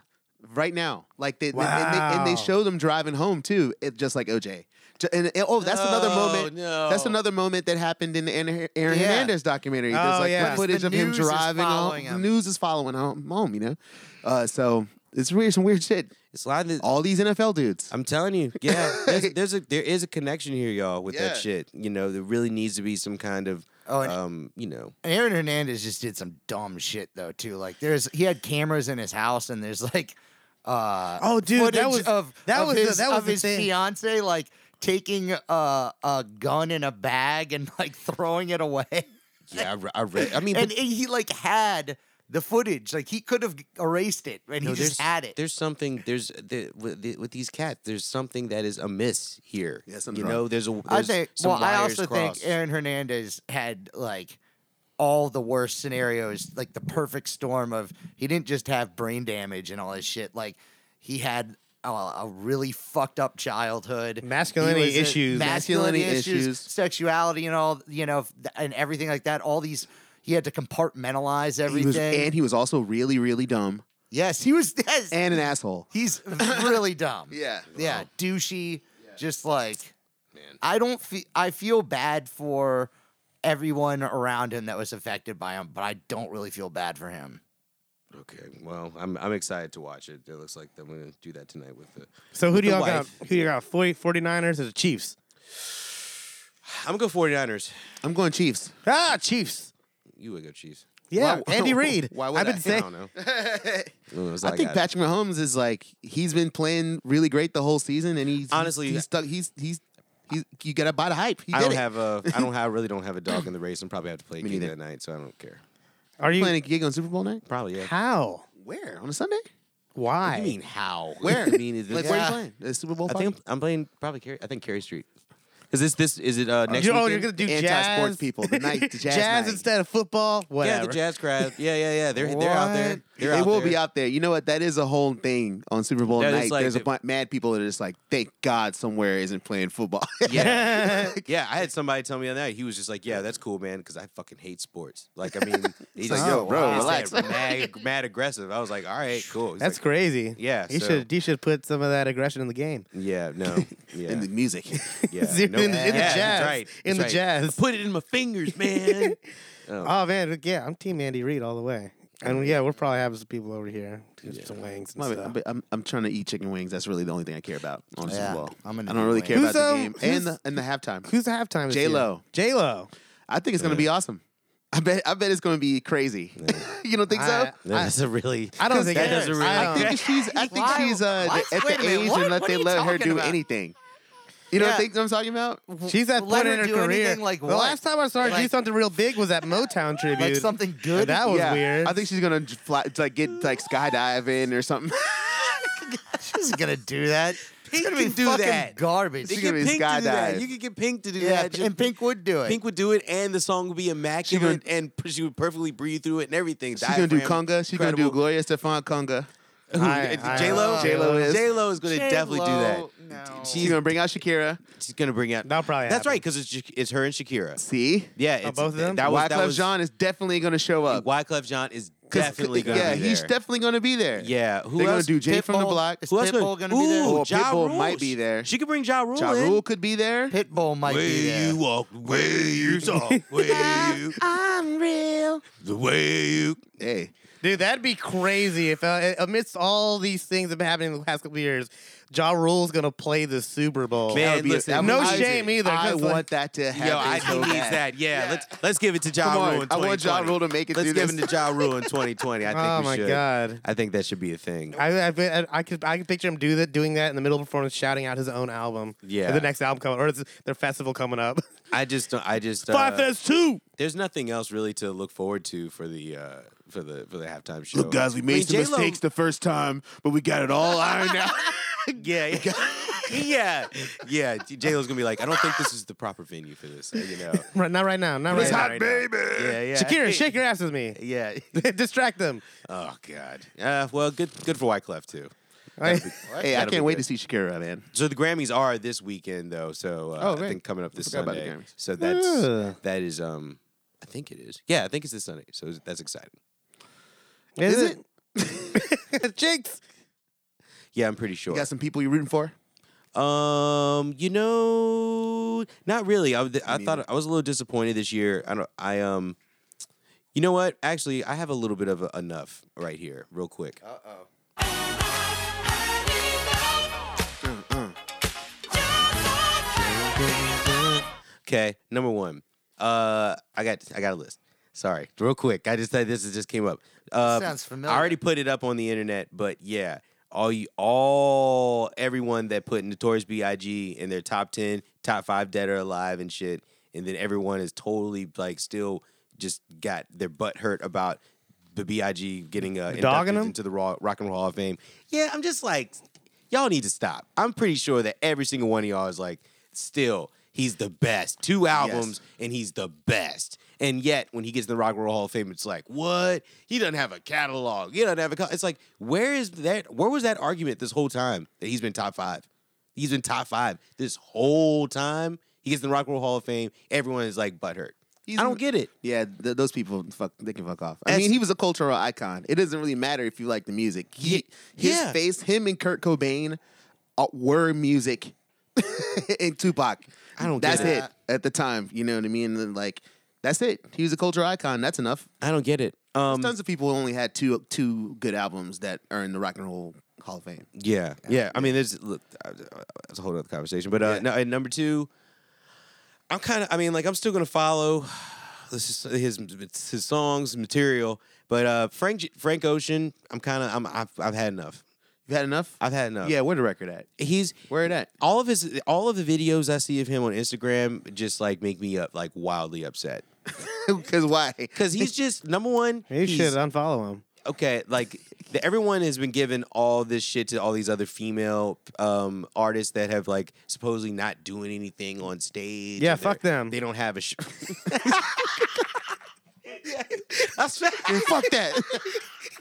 C: right now, like they, and, they and
D: Wow.
C: they show them driving home too, it, just like OJ. Ju- And, and- oh, that's another moment. That's
A: no.
C: another moment that happened in the Aaron, Aaron
B: Yeah.
C: Hernandez documentary.
D: Oh,
C: There's like
D: yeah.
C: footage
B: The
C: of him
B: news is
C: driving home.
B: following him.
C: News is following home, home you know. Uh, so it's weird, some weird shit.
A: It's a lot of the-
C: All these NFL dudes.
A: I'm telling you,
C: [LAUGHS]
A: yeah. There's, there's a there is a connection here, y'all, with
C: Yeah.
A: that shit. You know, there really needs to be some kind of,
B: Oh, and-
A: um, you know,
B: And Aaron Hernandez just did some dumb shit though too. Like there's he had cameras in his house and there's like uh
D: Oh, dude, that
B: footage
D: was-
B: of
D: that
B: of
D: was the-
B: his,
D: that was
B: of
D: the
B: his
D: thing.
B: fiance like taking a a gun in a bag and like throwing
D: [LAUGHS]
B: it away.
A: yeah. I, re- I read. I mean,
B: And,
A: but-
B: and he like had the footage. Like he could have erased it and
A: No,
B: he just had it.
A: There's something. There's there, with, the, with these cats. There's something that is amiss here.
C: Yeah, something's
A: you
C: wrong.
A: know, there's a.
B: I
A: there's
B: think.
A: some
B: Well, I
A: wires
B: also
A: crossed.
B: think Aaron Hernandez had like all the worst scenarios, like the perfect storm of he didn't just have brain damage and all this shit. Like he had a, a really fucked up childhood,
D: Masculinity
B: He was a-
D: issues.
B: masculinity,
C: Masculinity
B: issues,
C: issues.
B: sexuality, and all you know, and everything like that. All these. He had to compartmentalize
C: He was,
B: everything.
C: and he was also really, really dumb
B: yes, he was. [LAUGHS] Yes,
C: and an asshole.
B: He's really
A: [LAUGHS]
B: dumb.
C: Yeah.
B: Yeah. Douchey. Just like, I don't feel, I feel bad for everyone around him that was affected by him, but I don't really feel bad for him.
A: Okay, well, I'm I'm excited to watch it. It looks like I'm gonna do that tonight with the.
D: So who do
A: the
D: y'all got?
A: wife.
D: Who do you got? 40, 49ers or the Chiefs?
A: I'm gonna go 49ers.
C: I'm going Chiefs.
D: Ah, Chiefs.
A: You would go Chiefs.
D: Yeah,
C: Why-
A: [LAUGHS]
D: Andy Reid.
C: why would
D: I've been
C: I?
A: I
D: saying
A: don't know. Well, that's all
C: I think
A: got.
C: Patrick Mahomes is like he's been playing really great the whole season, and he's
A: Honestly-
C: he's, he's stuck. He's he's, he's you gotta buy the hype. He
A: I
C: did
A: don't
C: it.
A: have a. I
B: [LAUGHS]
A: don't have. I really don't have a dog in the race. and probably have to play a
C: Me
A: game
C: neither.
A: that night, so I don't care.
D: Are you
C: playing a gig on Super Bowl night.
A: Probably yeah.
D: how?
C: Where on a Sunday?
D: Why?
A: I mean how?
C: Where?
A: I mean, is
C: Like
A: this-
C: where are
B: Yeah.
C: you playing? The Super Bowl.
A: I think I'm, I'm playing probably. Carey, I think Carey Street. Is this this is it? Uh, next
D: You- oh,
A: weekend?
D: you're gonna do
C: The
D: jazz.
C: anti-sports people, the
D: [LAUGHS]
C: night- the jazz night.
D: instead of football. Whatever.
A: Yeah, the jazz crowd. Yeah, yeah, yeah. They're they're out there.
B: What?
A: They're
C: they
A: out
C: will
A: there.
C: be out there. You know what? That is a whole thing on Super Bowl
A: That is
C: night.
A: like
C: There's a
A: the-
C: bu- mad people that are just like, thank God somewhere isn't playing football.
A: Yeah, yeah. I had somebody tell me on that. He was just like, "Yeah, that's cool, man," because I fucking hate sports. Like, I mean, he's like,
C: Oh,
A: "Yo,
C: bro,
A: bro,
C: relax."
A: relax." Mad, mad aggressive. I was like, "All right, cool." He's
D: [LAUGHS] That's
A: like,
D: crazy.
A: Yeah,
D: You
A: so-
D: should you should put some of that aggression in the game.
A: Yeah, no,
C: [LAUGHS]
A: yeah,
C: [LAUGHS] And the music.
A: [LAUGHS] yeah.
D: in the- in the
A: yeah, that's
D: jazz.
A: right, that's
D: In the
A: right.
D: jazz.
A: Put it in my fingers, man.
D: Oh man, yeah, I'm Team Andy Reid all the way. And yeah, we'll probably have some people over here, just some wings and
C: My bad.
D: stuff.
C: I'm, I'm, I'm trying to eat chicken wings. That's really the only thing I care about on
B: Yeah,
C: Super Bowl.
B: I'm into
C: I don't really
B: chicken
C: care
D: wings.
C: about the
D: Who's, um,
C: game and
D: who's-
C: the, and the halftime.
D: Who's the halftime?
C: J-Lo.
D: J Lo.
C: I think it's gonna be awesome. I bet I bet it's gonna be crazy. [LAUGHS] you don't think so?
D: I-
A: That's a really.
D: I don't think
A: that
D: it
A: doesn't
D: is.
A: really.
D: I
C: I
D: don't-
C: think she's I think
B: Why-
C: she's uh,
B: what?
C: the- at
B: Wait a
C: the
B: minute,
C: age
B: what?
C: and let
B: What
C: they
B: are you
C: let her
B: talking
C: do
B: about?
C: anything. You don't
B: Yeah.
C: think I'm talking about?
D: She's at
B: Let
D: point in
B: her
D: her
B: do
D: career.
B: anything like
D: the
B: what?
D: last time I saw her do
B: Like-
D: something real big was that Motown tribute.
B: Like something
D: And
B: good.
D: That was
C: Yeah.
D: weird.
C: I think she's gonna j- fly, like get like skydiving or something. [LAUGHS]
B: She's gonna
A: [LAUGHS]
B: do that. She's gonna be
A: can do
B: fucking
A: that.
B: garbage.
C: She's gonna be
A: Pink to do that.
C: skydive.
A: You could get Pink to do
B: yeah,
A: that.
B: and Pink would do it.
A: Pink would do it, and the song would be immaculate, and p- she would perfectly breathe through it and everything.
C: She's gonna do
A: Diaphragm,
C: conga. She's gonna do
A: incredible.
C: Gloria Stefan conga.
D: I- I-
A: J Lo,
C: J-Lo is.
A: J Lo is going to definitely do that.
B: No.
A: She's,
C: She's gonna bring out Shakira.
A: she's gonna bring out.
D: That'll probably
A: That's
D: happen.
A: right, because it's Sha- it's her and Shakira.
C: See,
A: Yeah, it's,
D: both of them?
A: That was that
C: Wyclef
A: was
C: Jean is definitely gonna show up.
A: Wyclef Jean [LAUGHS] is
C: 'Cause-
A: definitely gonna
C: yeah,
A: be
C: he's
A: there.
C: definitely gonna be there.
A: yeah, who
C: they're gonna
A: else?
C: do Jay from the
B: Pitbull-
C: Block.
B: Is
A: who else
B: Pitbull gonna be there?
A: Ooh,
C: Oh,
A: Ja
C: Pitbull
A: Rule.
C: might be there.
A: She could bring Ja Rule.
C: Ja
A: in.
C: Rule could be there.
B: Pitbull might be there.
A: walk, the way [LAUGHS] you talk, way you,
C: I'm real.
A: the way you.
C: Hey,
D: Dude, that'd be crazy if uh, amidst all these things that have been happening in the past couple of years, Ja Rule's gonna play the Super Bowl.
A: Man,
C: that would be-
A: listen,
C: that would
A: no
C: be amazing.
D: shame either,
C: I
D: 'cause,
C: want
D: like-
C: that to happen.
A: Yo, I
C: so
A: think he's
C: bad.
A: that. Yeah, let's let's give it to Ja
C: Come
A: Rule.
C: on,
A: in
C: I want Ja
A: 2020.
C: Rule to make it
A: Let's
C: through
A: give
C: this.
A: him to Ja [LAUGHS] Rule in 2020. I think
D: oh
A: we
D: my
A: should.
D: god.
A: I think that should be a thing.
D: I, I, I could I could picture him do that doing that in the middle of a performance, shouting out his own album.
A: Yeah.
D: or the next album coming, or it's their festival
A: [LAUGHS]
D: coming up.
A: I just don't. I just
D: Five
A: uh,
D: Fest Two.
A: there's nothing else really to look forward to for the uh, for the for the halftime show.
C: we
A: made some J-Lo- [LAUGHS] mistakes
C: the first time, but we got it all ironed [LAUGHS] out.
A: yeah, [LAUGHS] yeah, yeah. J Lo's gonna be like, I don't think this is the proper venue for this. You know,
D: Right, not right now. Not right now.
A: Right now. [LAUGHS] Yeah, yeah.
D: Shakira, shake your ass with me.
A: Yeah.
D: [LAUGHS] Distract them.
A: Oh God. Uh, well, good. Good for Wyclef too.
D: Like,
C: Hey, I
A: That'll
C: can't
A: be
C: wait
A: good.
C: to see Shakira, man.
A: So the Grammys are this weekend though. So uh,
C: Oh,
A: I
C: right.
A: think coming up this
C: forgot about the
A: Sunday.
C: Grammys.
A: So that's
D: Yeah.
A: that is um I think it is. Yeah, I think it's this Sunday. So that's exciting.
D: is it? [LAUGHS] Jinx.
A: Yeah, I'm pretty sure.
C: You got some people you're rooting for?
A: Um, you know, not really. I, would- I
C: Me
A: thought I was a little disappointed this year. I don't. I um, you know what? Actually, I have a little bit of a, enough right here, real quick. Okay, number one. Uh, I got I got a list. Sorry, real quick. I just said this. It just came up. Uh,
B: Sounds familiar.
A: I already put it up on the internet, but yeah, all you, all everyone that put Notorious B.I.G. in their top ten, top five, dead or alive, and shit, and then everyone is totally like still just got their butt hurt about the B.I.G. getting uh,
D: dogging
A: inducted
D: him?
A: into the Raw, Rock and Roll Hall of Fame. Yeah, I'm just like, y'all need to stop. I'm pretty sure that every single one of y'all is like, still, he's the best. Two albums, and he's the best. And yet, when he gets in the Rock and Roll Hall of Fame, it's like, what? He doesn't have a catalog. He doesn't have a. Co-. It's like, where is that? Where was that argument this whole time that he's been top five? He's been top five this whole time. He gets in the Rock and Roll Hall of Fame. Everyone is like butthurt.
C: He's
A: I don't
C: in-
A: get it.
C: Yeah, th- those people fuck. They can fuck off. I
A: That's-
C: mean, he was a cultural icon. It doesn't really matter if you like the music. He, his
A: yeah.
C: face, him and Kurt Cobain, uh, were music. [LAUGHS] and Tupac,
A: I don't get
C: That's
A: it.
C: it at the time. You know what I mean? And, like, that's it. He was a cultural icon. That's enough.
A: I don't get it.
C: There's
A: Um,
C: tons of people who only had two two good albums that are in the Rock and Roll Hall of Fame.
A: Yeah, yeah. I mean, there's look, uh, uh, that's a whole other conversation. But uh,
C: Yeah.
A: no, and number two, I'm kind of. I mean, like, I'm still gonna follow. This is his his songs material, but uh, Frank J- Frank Ocean. I'm kind of. I'm. I've, I've had enough.
C: You had enough?
A: I've had enough.
C: yeah, where the record at?
A: he's
C: Where it at? [LAUGHS]
A: all of his all of the videos I see of him on Instagram just like make me up like wildly upset
C: Because why?
A: because
C: [LAUGHS]
A: he's just number one.
D: You
A: he's-
D: should unfollow him.
A: okay, like the, everyone has been giving all this shit to all these other female um, artists that have like supposedly not doing anything on stage.
D: Yeah,
A: and they're-
D: fuck them.
A: They don't have a. Sh- [LAUGHS]
C: Yeah, fuck that.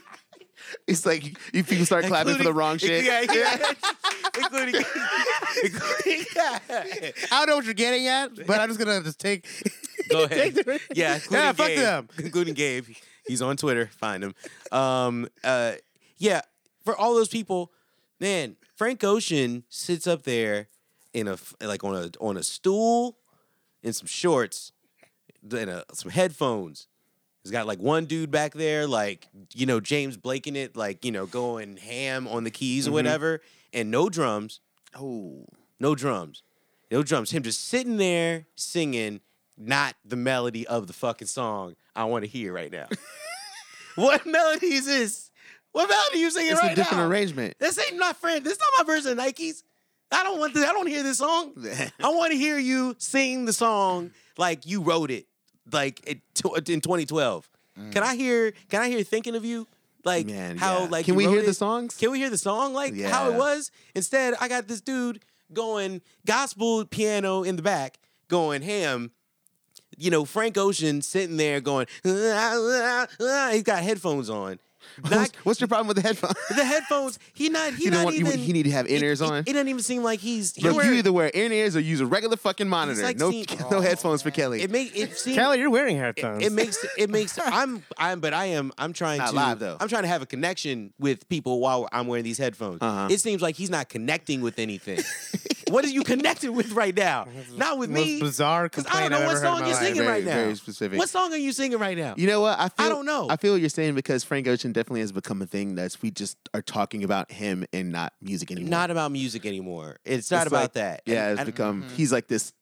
C: [LAUGHS] it's like you
A: [LAUGHS]
C: people start clapping for the wrong shit.
A: Yeah, [LAUGHS]
C: [LAUGHS]
A: yeah. including, [LAUGHS] including [LAUGHS]
D: I don't know what you're getting at, but I'm just gonna just take. [LAUGHS]
A: [LAUGHS] Go ahead. Yeah, including
D: Yeah, fuck
A: Gabe.
D: them.
A: [LAUGHS] Including Gabe. He's on Twitter. Find him. Um, uh, yeah, for all those people, man, Frank Ocean sits up there in a f- like on a on a stool in some shorts and uh some headphones. He's got like one dude back there, like you know James Blake in it, like you know going ham on the keys
D: Mm-hmm.
A: or whatever, and no drums.
C: Oh.
A: No drums. No drums. Him just sitting there singing, not the melody of the fucking song I want to hear right
C: [LAUGHS]
A: now. what melody is this? What melody you singing
C: It's
A: right
C: a different
A: now?
C: arrangement.
A: This ain't my friend. This not my version of Nikes. I don't want this. I don't hear this
C: [LAUGHS]
A: song. I want to hear you sing the song like you wrote it, like it, tw- in 2012. Can I hear? Can I hear thinking of you? Like
C: Mm. Man,
A: how?
C: yeah.
A: Like
C: Can
A: you
C: we
A: wrote
C: hear the
A: it?
C: songs?
A: Can we hear the song? Like how it
C: Yeah.
A: was? Instead, I got this dude going gospel piano in the back, going ham you know, Frank Ocean sitting there going, "Ah, ah, ah," he's got headphones on. Not,
C: What's, what's your problem with the
A: [LAUGHS]
C: headphones? [LAUGHS]
A: the headphones, he not he
C: You
A: not
C: don't want you,
A: even
C: he need to have in ears
A: it,
C: on.
A: It, doesn't even seem like he's he
C: Look, you
A: wearing-
C: either wear in ears or use a regular fucking monitor.
A: like
C: no,
A: seeing-
C: [LAUGHS] no headphones for Kelly.
A: it make it seem
D: Kelly, you're wearing headphones.
A: it makes it
C: [LAUGHS]
A: makes I'm I'm but I am I'm trying
C: Not
A: to
C: live, though.
A: I'm trying to have a connection with people while I'm wearing these headphones.
C: Uh-huh.
A: It seems like he's not connecting with
C: [LAUGHS]
A: anything. what are you connecting with right now? Not with
D: Most
A: me.
D: bizarre
A: 'cause I don't
D: complaint
A: know
D: I've
A: what
D: ever heard in
A: song
D: my
A: you're
D: life.
A: singing
C: Very-
A: right now.
C: very specific.
A: What song are you singing right now?
C: you know what? I feel
A: don't know.
C: I feel what you're saying because Frank Ocean definitely has become a thing that's we just are talking about him and not music anymore.
A: not about music anymore. It's
C: It's
A: not about
C: like-
A: that.
C: Yeah,
A: And-
C: it's
A: and
C: become he's like this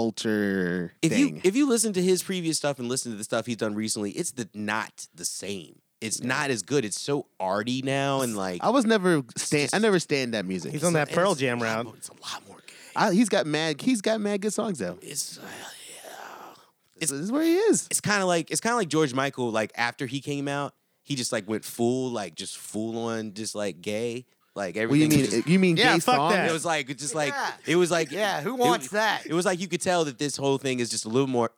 C: culture
A: if
C: thing.
A: you if you listen to his previous stuff and listen to the stuff he's done recently, it's the not the same. It's not as good. It's so arty now and like
C: I was never stand.
A: just-
C: I never stand that music.
D: He's on that
A: it's
D: Pearl
A: a
D: Jam
A: lot
D: round.
A: more- It's a lot more. gay.
C: I, he's got mad. He's got mad good songs though.
A: It's uh,
C: This is where he is.
A: it's kind of like it's kind of like George Michael. Like after he came out, he just like went full like just full on just like gay. Like
C: What do you
A: everything. was
C: mean?
A: just-
C: You mean
D: Yeah,
C: gay
D: fuck
C: songs?
D: that.
A: It was like it's just like
B: Yeah.
A: it was like
B: Yeah, who
A: it-
B: wants that?
A: It was like you could tell that this whole thing is just a little more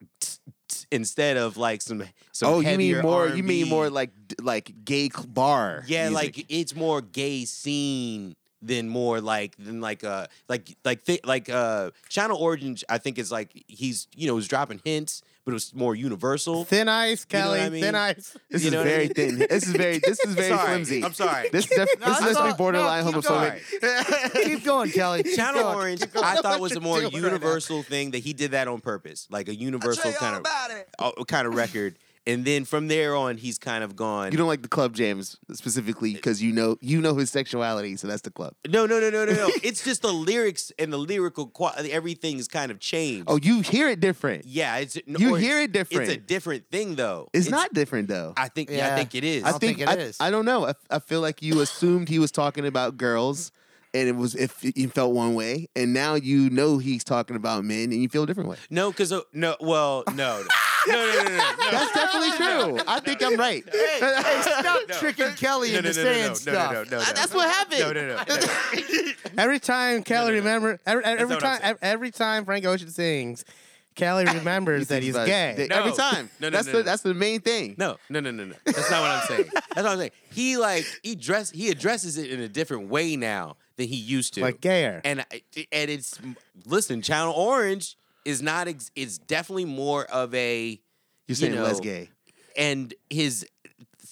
A: instead of like some some
C: Oh, you mean
A: heavier
C: more? You mean
A: R&B.
C: more like d- like gay cl- bar?
A: yeah,
C: music.
A: like it's more gay scene than more like than like uh like like th- like uh Channel Orange. I think is like he's you know was dropping hints, but it was more universal.
D: Thin ice,
A: You know
D: Kelly.
A: what I mean?
D: Thin ice.
C: this
A: you
C: is
A: know what I
C: very
A: mean?
C: thin. This is very this
A: [LAUGHS]
C: is very
A: Sorry,
C: flimsy.
A: I'm
C: [LAUGHS]
A: sorry.
C: This def- this
B: that's
C: must
B: all-
C: be
B: no,
C: borderline
B: keep
C: homophobic. [LAUGHS]
B: Keep going, Kelly. Keep
A: Channel
B: going.
A: Orange,
B: Keep going.
A: I
C: know
A: thought
C: what
A: was a
C: you're
A: more
C: doing right now.
A: universal thing that he did that on purpose, like a universal kind of uh, kind of record. And then from there on, he's kind of gone.
C: You don't like the club jams specifically because you know you know his sexuality, so that's the club.
A: no, no, no, no,
C: [LAUGHS]
A: no, no. it's just the lyrics and the lyrical quality. Everything's kind of changed.
C: Oh, you hear it different.
A: yeah, it's
C: You
A: or
C: hear it different.
A: It's a different thing though.
C: It's, not different though.
A: I think. Yeah, I
B: Yeah.
A: think it is.
B: I don't think it
C: I,
B: is.
C: I don't know. I, I feel like you assumed he was talking about girls, and it was if you felt one way, and now you know he's talking about men, and you feel a different way.
A: No, because no. Well, no, no, no, no, no. no, no.
C: That's definitely true. I think I'm right.
B: Stop tricking
A: [LAUGHS]
B: Kelly
A: No, no,
B: into
A: no, no,
B: saying
A: no, no,
B: stuff.
A: no, no, no, no.
C: That's what happened.
A: No, no, no, no.
D: Every time Kelly remember every, every
A: what I'm
D: time ev- every time Frank Ocean sings, Kelly remembers that he's
C: About-
D: gay.
C: Every
A: No.
C: time.
A: No, no,
C: that's
A: no,
C: the
A: no.
C: that's the main thing.
A: No, no, no, no, no. That's not what I'm saying. That's what I'm saying. He like he dress he addresses it in a different way now than he used to.
D: Like gayer.
A: And I- and it's listen, Channel Orange is not ex- it's definitely more of a
C: You're saying less gay.
A: and his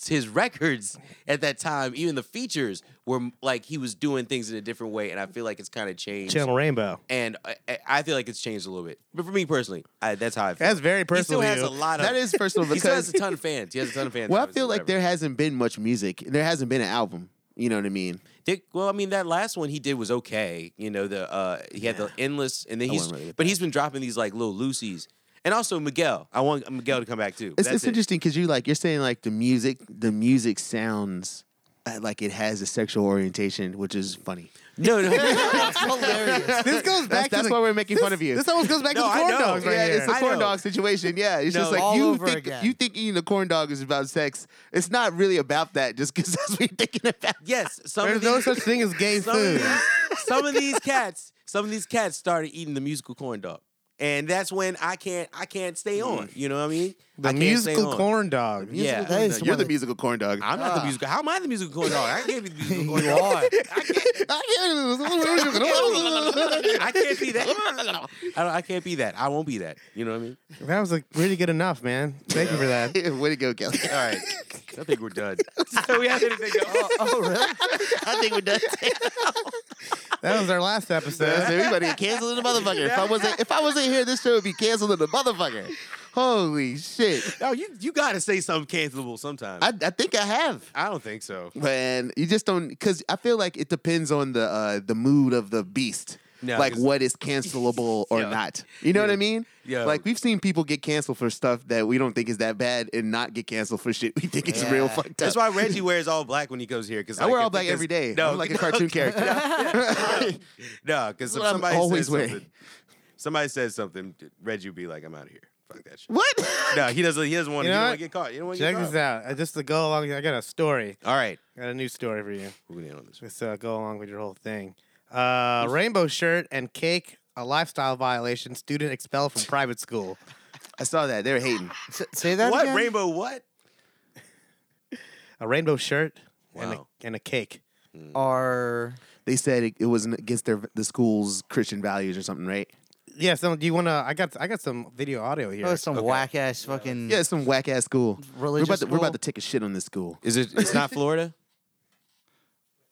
A: his records at that time, even the features were like he was doing things in a different way, and I feel like it's kind of changed.
D: Channel Rainbow.
A: And I, I- I feel like it's changed a little bit. But for me personally, I, that's how I feel.
D: That's very personal.
A: He
D: to
A: still has
D: you.
A: a lot of
C: That is personal
A: he still has
C: because
A: a ton of fans. He has a
C: [LAUGHS]
A: ton of fans.
C: well, I
A: obviously,
C: feel like
A: whatever.
C: there hasn't been much music. There hasn't been an album. You know what I mean?
A: Dick, well, I mean that last one he did was okay. You know the uh, he had the endless, and then
C: That
A: he's
C: wasn't really
A: but he's been dropping these like little Lucy's, and also Miguel. I want Miguel to come back too.
C: It's,
A: That's
C: it's
A: it.
C: interesting because you're like you're saying like the music, the music sounds uh, like it has a sexual orientation, which is funny.
A: No,
C: [LAUGHS]
A: no, no,
B: That's hilarious.
D: This goes
C: That's,
D: back. to
C: that's
D: the,
C: why we're making fun of you.
D: This almost goes back
A: No,
D: to the
A: I
D: corn
A: know.
D: dogs right
A: Yeah,
D: here.
C: it's the
A: I
C: corn
A: know.
C: dog situation. Yeah, it's
A: No,
C: just like
B: all
C: you
B: over
C: think
B: again.
C: you think eating a corn dog is about sex. It's not really about that. Just because [LAUGHS] that's what you're thinking about.
A: yes. Some
D: There's
A: of
D: no
A: these,
D: such thing as gay
A: some, of
D: food.
A: these, some of
C: [LAUGHS]
A: these cats, some of these cats started eating the musical corn dog, and that's when I can't I can't stay
C: Mm.
A: on. You know what I mean? I can't
D: The
A: stay
D: musical
A: on.
D: corn dog.
A: Yeah,
B: That is
C: You're
B: one
C: the
B: of-
C: musical corn dog.
A: I'm not the musical. How am I the musical corn dog? I can't be the
C: [LAUGHS]
A: musical corn
B: You
A: dog.
B: are.
A: [LAUGHS]
C: Ah.
A: I can't be that. I, don't, I can't be that. I won't be that. You know what I mean?
D: That was like really good enough, man. Thank you
C: [LAUGHS]
D: for that.
C: Way to go, Kelly.
A: All right. I think we're done. [LAUGHS] so we have anything else?
B: Oh, really?
C: [LAUGHS] I think we're [LAUGHS] done.
D: That was our last episode.
C: Everybody canceling the motherfucker. If I wasn't, if I wasn't here, this show would be canceling the motherfucker. Holy shit!
A: No, you you gotta say something cancelable sometimes.
C: I, I think I have.
A: I don't think so.
C: Man, you just don't because I feel like it depends on the uh, the mood of the beast.
A: No,
C: like
A: 'cause-
C: what is
A: [LAUGHS]
C: cancelable or
A: Yeah.
C: not. You know what I mean?
A: Yeah.
C: Like we've seen people get canceled for stuff that we don't think is that bad and not get canceled for shit we think is real
B: Yeah.
C: fucked up.
A: That's why Reggie wears all black when he goes here. Because
C: I wear all black every day.
A: [LAUGHS] No,
C: I'm like a cartoon character. [LAUGHS]
A: No, because if
C: what I'm
A: somebody
C: always
A: says
C: wearing.
A: something, somebody says something, Reggie would be like, "I'm out of here. Fuck that shit."
C: What?
A: No, he doesn't. He doesn't want
D: You know
A: to
D: what?
A: get caught. You don't want to get
D: Check
A: caught.
D: this out. Uh, Just to go along, I got a story.
A: All right,
D: I got a new story for you.
A: we're gonna end on this.
D: Just uh, go along with your whole thing. Uh, rainbow shirt and cake, a lifestyle violation. Student expelled from private school.
C: I saw that. They were hating.
B: S- Say that
A: what
B: again?
A: rainbow? What?
D: A rainbow shirt and,
A: Wow.
D: a, and a cake.
B: Are
C: They said it, it was against their the school's Christian values or something, right?
A: Mm.
D: Yeah. So do you want to? I got I got some video audio here.
B: oh, some whack ass fucking
C: Yeah, it's some whack ass school. We're
B: religious
C: about, to, we're about
B: school?
C: to take a shit on this school.
A: Is it? It's not Florida.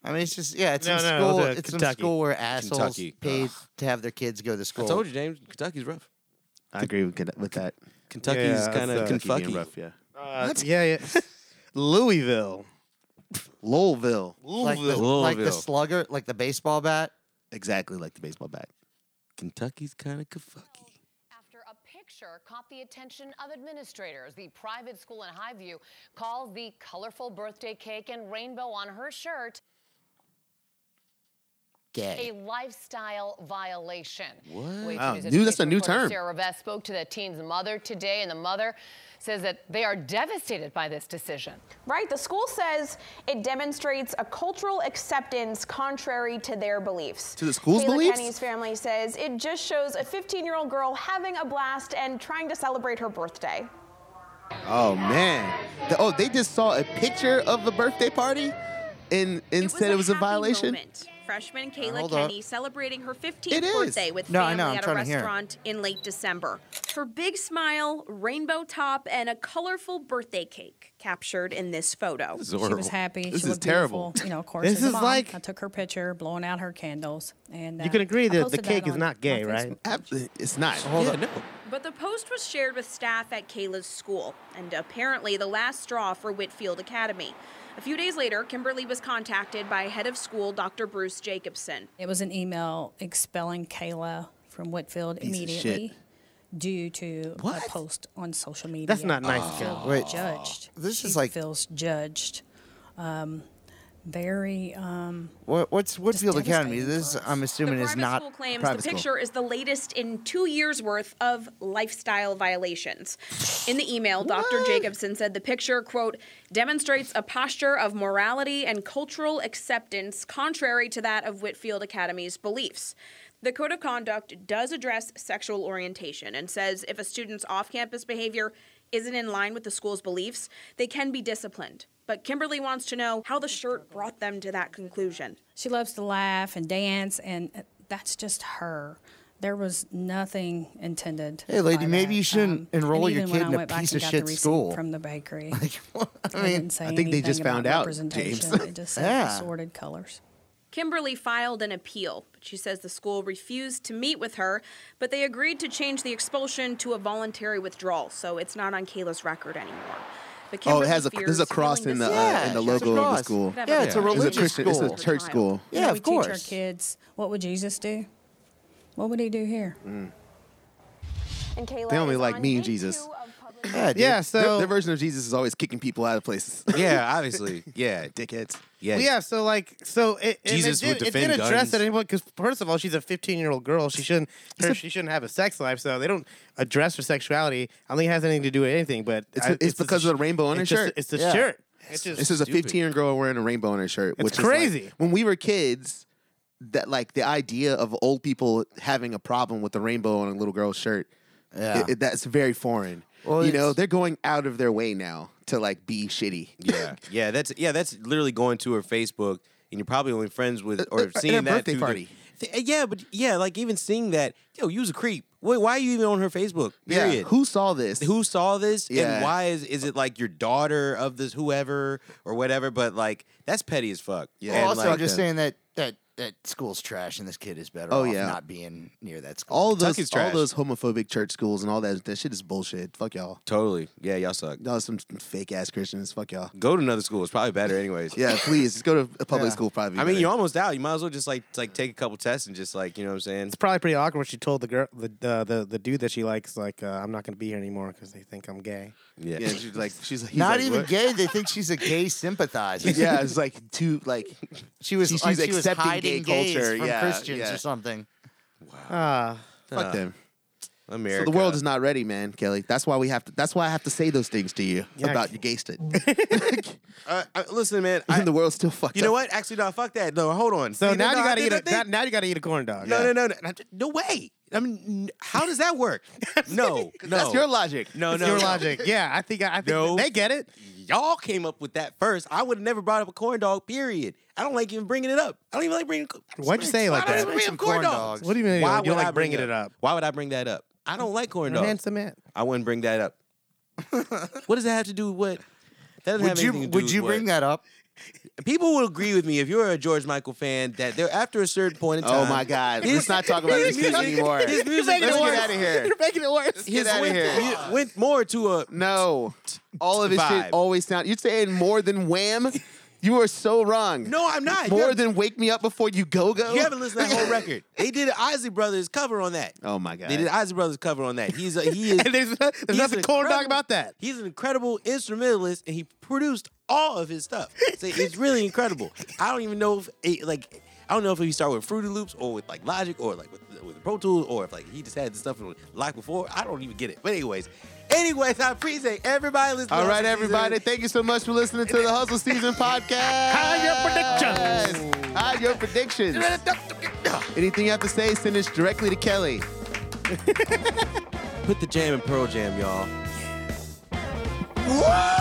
B: I mean, it's just yeah, it's
D: No,
B: in
D: no, it was,
B: school.
D: uh,
B: it's in
D: Kentucky.
B: school where assholes
A: Kentucky.
B: pay to have their kids go
A: [LAUGHS]
B: to
A: I
B: school.
A: told you, James. Kentucky's rough.
C: I agree with, with that.
A: Kentucky's
D: Yeah, that's,
A: kind
D: uh,
A: of
C: Kentucky being
A: Kentucky.
C: rough, yeah.
D: Uh, yeah,
C: [LAUGHS]
D: yeah. Louisville.
C: Louisville,
B: like the,
A: Louisville.
B: like the slugger, like the baseball bat.
C: exactly like the baseball bat.
A: Kentucky's kind of Kentucky.
H: after a picture caught the attention of administrators. The private school in Highview calls the colorful birthday cake and rainbow on her shirt a
B: Gay.
H: lifestyle violation. What?
C: Wow, new- that's a new term.
H: Sarah Revest spoke to the teen's mother today, and the mother says that they are devastated by this decision.
I: Right, the school says it demonstrates a cultural acceptance contrary to their beliefs.
C: To the school's
I: Kayla
C: beliefs?
I: Kenny's family says it just shows a 15-year-old girl having a blast and trying to celebrate her birthday.
C: Oh man. The- oh, they just saw a picture of a birthday party, and and said it was a
J: happy
C: violation.
J: moment. Freshman Kayla
C: hold up.
J: Kenny celebrating her 15th
C: It is.
J: birthday with
B: No, I
J: family
B: know, I'm
J: at a
B: trying to hear.
J: restaurant in late December. Her big smile, rainbow top, and a colorful birthday cake captured in this photo.
C: This is
K: She was happy. she looked
D: terrible.
K: Beautiful.
D: [LAUGHS]
K: You know, of course,
D: This
K: as a
D: is
K: mom,
D: like-
K: I took her picture, blowing out her candles, and uh,
D: you can agree
K: I
D: that the
K: posted
D: cake is
K: on
D: not gay,
K: my
D: right?
C: It's not.
D: Hold on.
J: But the post was shared with staff at Kayla's school, and apparently the last straw for Whitfield Academy. A few days later, Kimberly was contacted by head of school Dr. Bruce Jacobson.
K: It was an email expelling Kayla from Whitfield
J: Piece of shit.
K: immediately due to a post on social media.
D: That's not nice,
K: She
D: Kayla.
K: felt
D: Wait.
K: judged.
B: This
K: She
B: is like-
K: feels judged. Um, very. Um,
B: What, what's Woodfield Academy? This I'm assuming is not
J: School claims
B: private
J: the
B: school.
J: picture is the latest in two years' worth of lifestyle violations. In the email, Dr. Jacobson said the picture, quote, demonstrates a posture of morality and cultural acceptance contrary to that of Whitfield Academy's beliefs. The code of conduct does address sexual orientation and says if a student's off campus behavior isn't in line with the school's beliefs, they can be disciplined. But Kimberly wants to know how the shirt brought them to that conclusion.
K: she loves to laugh and dance, and uh, that's just her. There was nothing intended.
B: Hey,
K: by Um,
B: lady, maybe you shouldn't
K: And
B: enroll your
K: even when
B: kid
K: I
B: in a
K: went back
B: piece
K: and
B: of
K: got the
B: shit
K: receipt
B: school.
K: From
B: [LAUGHS]
K: the bakery.
B: I
K: [LAUGHS] I
B: mean,
K: didn't say
C: I think they
K: anything
C: just
K: about
C: found out,
K: representation.
C: James.
K: It just said
C: Yeah.
K: assorted colors.
J: Kimberly filed an appeal, but she says the school refused to meet with her, but they agreed to change the expulsion to a voluntary withdrawal, so it's not on Kayla's record anymore. But
C: Oh,
J: Kimberly
C: it has a
J: fears
C: there's a cross
J: feeling
C: in
J: this
C: the
J: is-
C: uh, in the logo of the school.
J: Could have a
C: It's a Christian. It's a church school.
K: You know, we Teach our kids what would Jesus do? What would he do here?
I: And Kayla
C: They only
I: is
C: like
I: on
C: me and Jesus.
B: Yeah,
D: dude. Yeah,
C: Their-
D: so-
C: their version of Jesus is always kicking people out of places. [LAUGHS]
A: Yeah, obviously. Yeah,
C: dickheads.
A: Yeah,
D: Well, yeah, so like, so it, and
A: Jesus
D: it
A: would
D: did, it
A: defend
D: did address
A: guns.
D: it anyway because first of all, she's a 15 year old girl. She shouldn't, her, she shouldn't have a sex life. So they don't address her sexuality. I don't think it has anything to do with anything. But
C: It's,
D: I-
C: it's,
D: just
C: because
D: the
C: of the rainbow on her
D: it's just-
C: shirt.
D: it's the Yeah. shirt. It's just
C: this is a
D: stupid.
C: 15 year girl wearing a rainbow on her shirt.
D: It's
C: which is, like,
D: crazy.
C: when we were kids, that like the idea of old people having a problem with the rainbow on a little girl's shirt,
B: Yeah.
C: it- it- that's very foreign.
B: Well,
C: you know,
B: it's-
C: they're going out of their way now to like be shitty.
A: [LAUGHS] Yeah, yeah, that's yeah, that's literally going to her Facebook, and you're probably only friends with
C: uh,
A: or
C: at
A: seeing
C: her
A: that
C: birthday
A: through the-
C: party.
A: Th- yeah, but yeah, like even seeing that, yo, you's a creep. Wait, why are you even on her Facebook?
C: Yeah,
A: Period.
C: Who saw this?
A: Who saw this?
C: Yeah.
A: And why is is it like your daughter of this whoever or whatever? But like that's petty as fuck.
B: Well,
A: And,
B: also,
A: like,
B: I'm just
A: the-
B: saying that that that school's trash, and this kid is better
C: Oh,
B: off
C: yeah.
B: not being near that school.
C: All those,
A: Kentucky's
C: all
A: trash.
C: those homophobic church schools and all that, that shit is bullshit. Fuck y'all.
A: Totally. Yeah, y'all suck.
C: Y'all some fake ass Christians. Fuck y'all.
A: Go to another school. It's probably better, anyways.
B: [LAUGHS]
C: Yeah, please just go to a
A: Yeah.
C: public school. Probably.
A: I mean,
C: better.
A: you're almost out. You might as well just like like take a couple tests and just like you know what I'm saying.
D: It's probably pretty awkward. when She told the girl, the uh, the the dude that she likes, like, uh, I'm not going to be here anymore because they think I'm gay.
B: [LAUGHS]
A: Yeah.
C: Yeah, she's like, she's he's
B: not
C: like,
B: even
C: "What?"
B: gay. They think she's a gay sympathizer.
C: [LAUGHS] yeah, it's like too like
B: [LAUGHS] she was
C: she's
B: like, she was
C: accepting
B: hiding
C: gay
B: gays
C: culture.
B: from
C: yeah,
B: Christians
C: yeah.
B: or something.
D: Ah,
C: Fuck
A: Uh,
C: them.
A: America.
C: So the world is not ready, man, Kelly. That's why we have to. That's why I have to say those things to you
D: Yeah,
C: about your gay state.
A: Uh, uh, listen, man. I,
C: And [LAUGHS] the world's still fucked.
A: you know what? Actually, no. Fuck that. No, hold on.
D: so
A: See,
D: now
A: no,
D: you
A: I
D: got to
A: did
D: eat
A: that
D: a
A: thing.
D: now, now you got to eat a corn dog.
A: No,
D: Yeah.
A: no, no, no, no, no way. I mean, n- how does that work? No, no,
C: That's your logic.
A: No,
D: It's
A: no,
D: your
A: no.
D: logic. Yeah, I think I think
A: No.
D: they get it.
A: Y'all came up with that first. I would have never brought up a corn dog. Period. I don't like even bringing it up. I don't even like bringing.
D: Why'd you say it like
A: I
D: that?
A: don't even bring
B: Some
A: up corn
B: corn
A: dogs.
B: dogs.
D: What do you mean?
A: Why
D: you don't
A: would I
D: like
A: bring
D: bringing it up?
A: Why would I bring that up? I don't like corn
D: You're a
A: dogs.
D: handsome man.
A: I wouldn't bring that up. what does that have to do with what? That doesn't
B: Would
A: have
B: you
A: anything to do
B: would
A: with
B: you
A: what-
B: bring that up?
A: People will agree with me if you're a George Michael fan that they're after a certain point in time.
C: Oh my God, let's not talk about this kid anymore.
A: His
C: Let's
A: music,
C: get out of here.
D: making it worse.
A: His
C: outta
A: went,
C: here.
A: mu- went more to a
C: No, all of his
A: Vibe.
C: shit always sound. You're saying more than wham. You are so wrong.
A: No, I'm not. You
C: More
A: haven't-
C: than wake me up before you go go.
A: You
C: [LAUGHS]
A: haven't listened to that whole record. They did an Isley Brothers cover on that.
C: Oh my god.
A: They did an Isley Brothers cover on that. He's a,
C: [LAUGHS]
A: he is
D: And there's, there's
A: he's
D: nothing
A: an
D: corn dog
A: incredible-
D: about that.
A: He's an incredible instrumentalist, and he produced all of his stuff. So it's really incredible. I don't even know if it, like I don't know if he started with Fruity Loops or with like Logic or like with, with Pro Tools or if like he just had the stuff from like before. I don't even get it. But anyways, anyways, I appreciate everybody listening.
C: All right, everybody. Thank you so much for listening to the
A: [LAUGHS]
C: Hustle Season podcast.
D: High your
C: predictions. High your predictions. Anything you have to say, send it directly to Kelly.
A: Put the jam in Pearl Jam, y'all.
C: Whoa!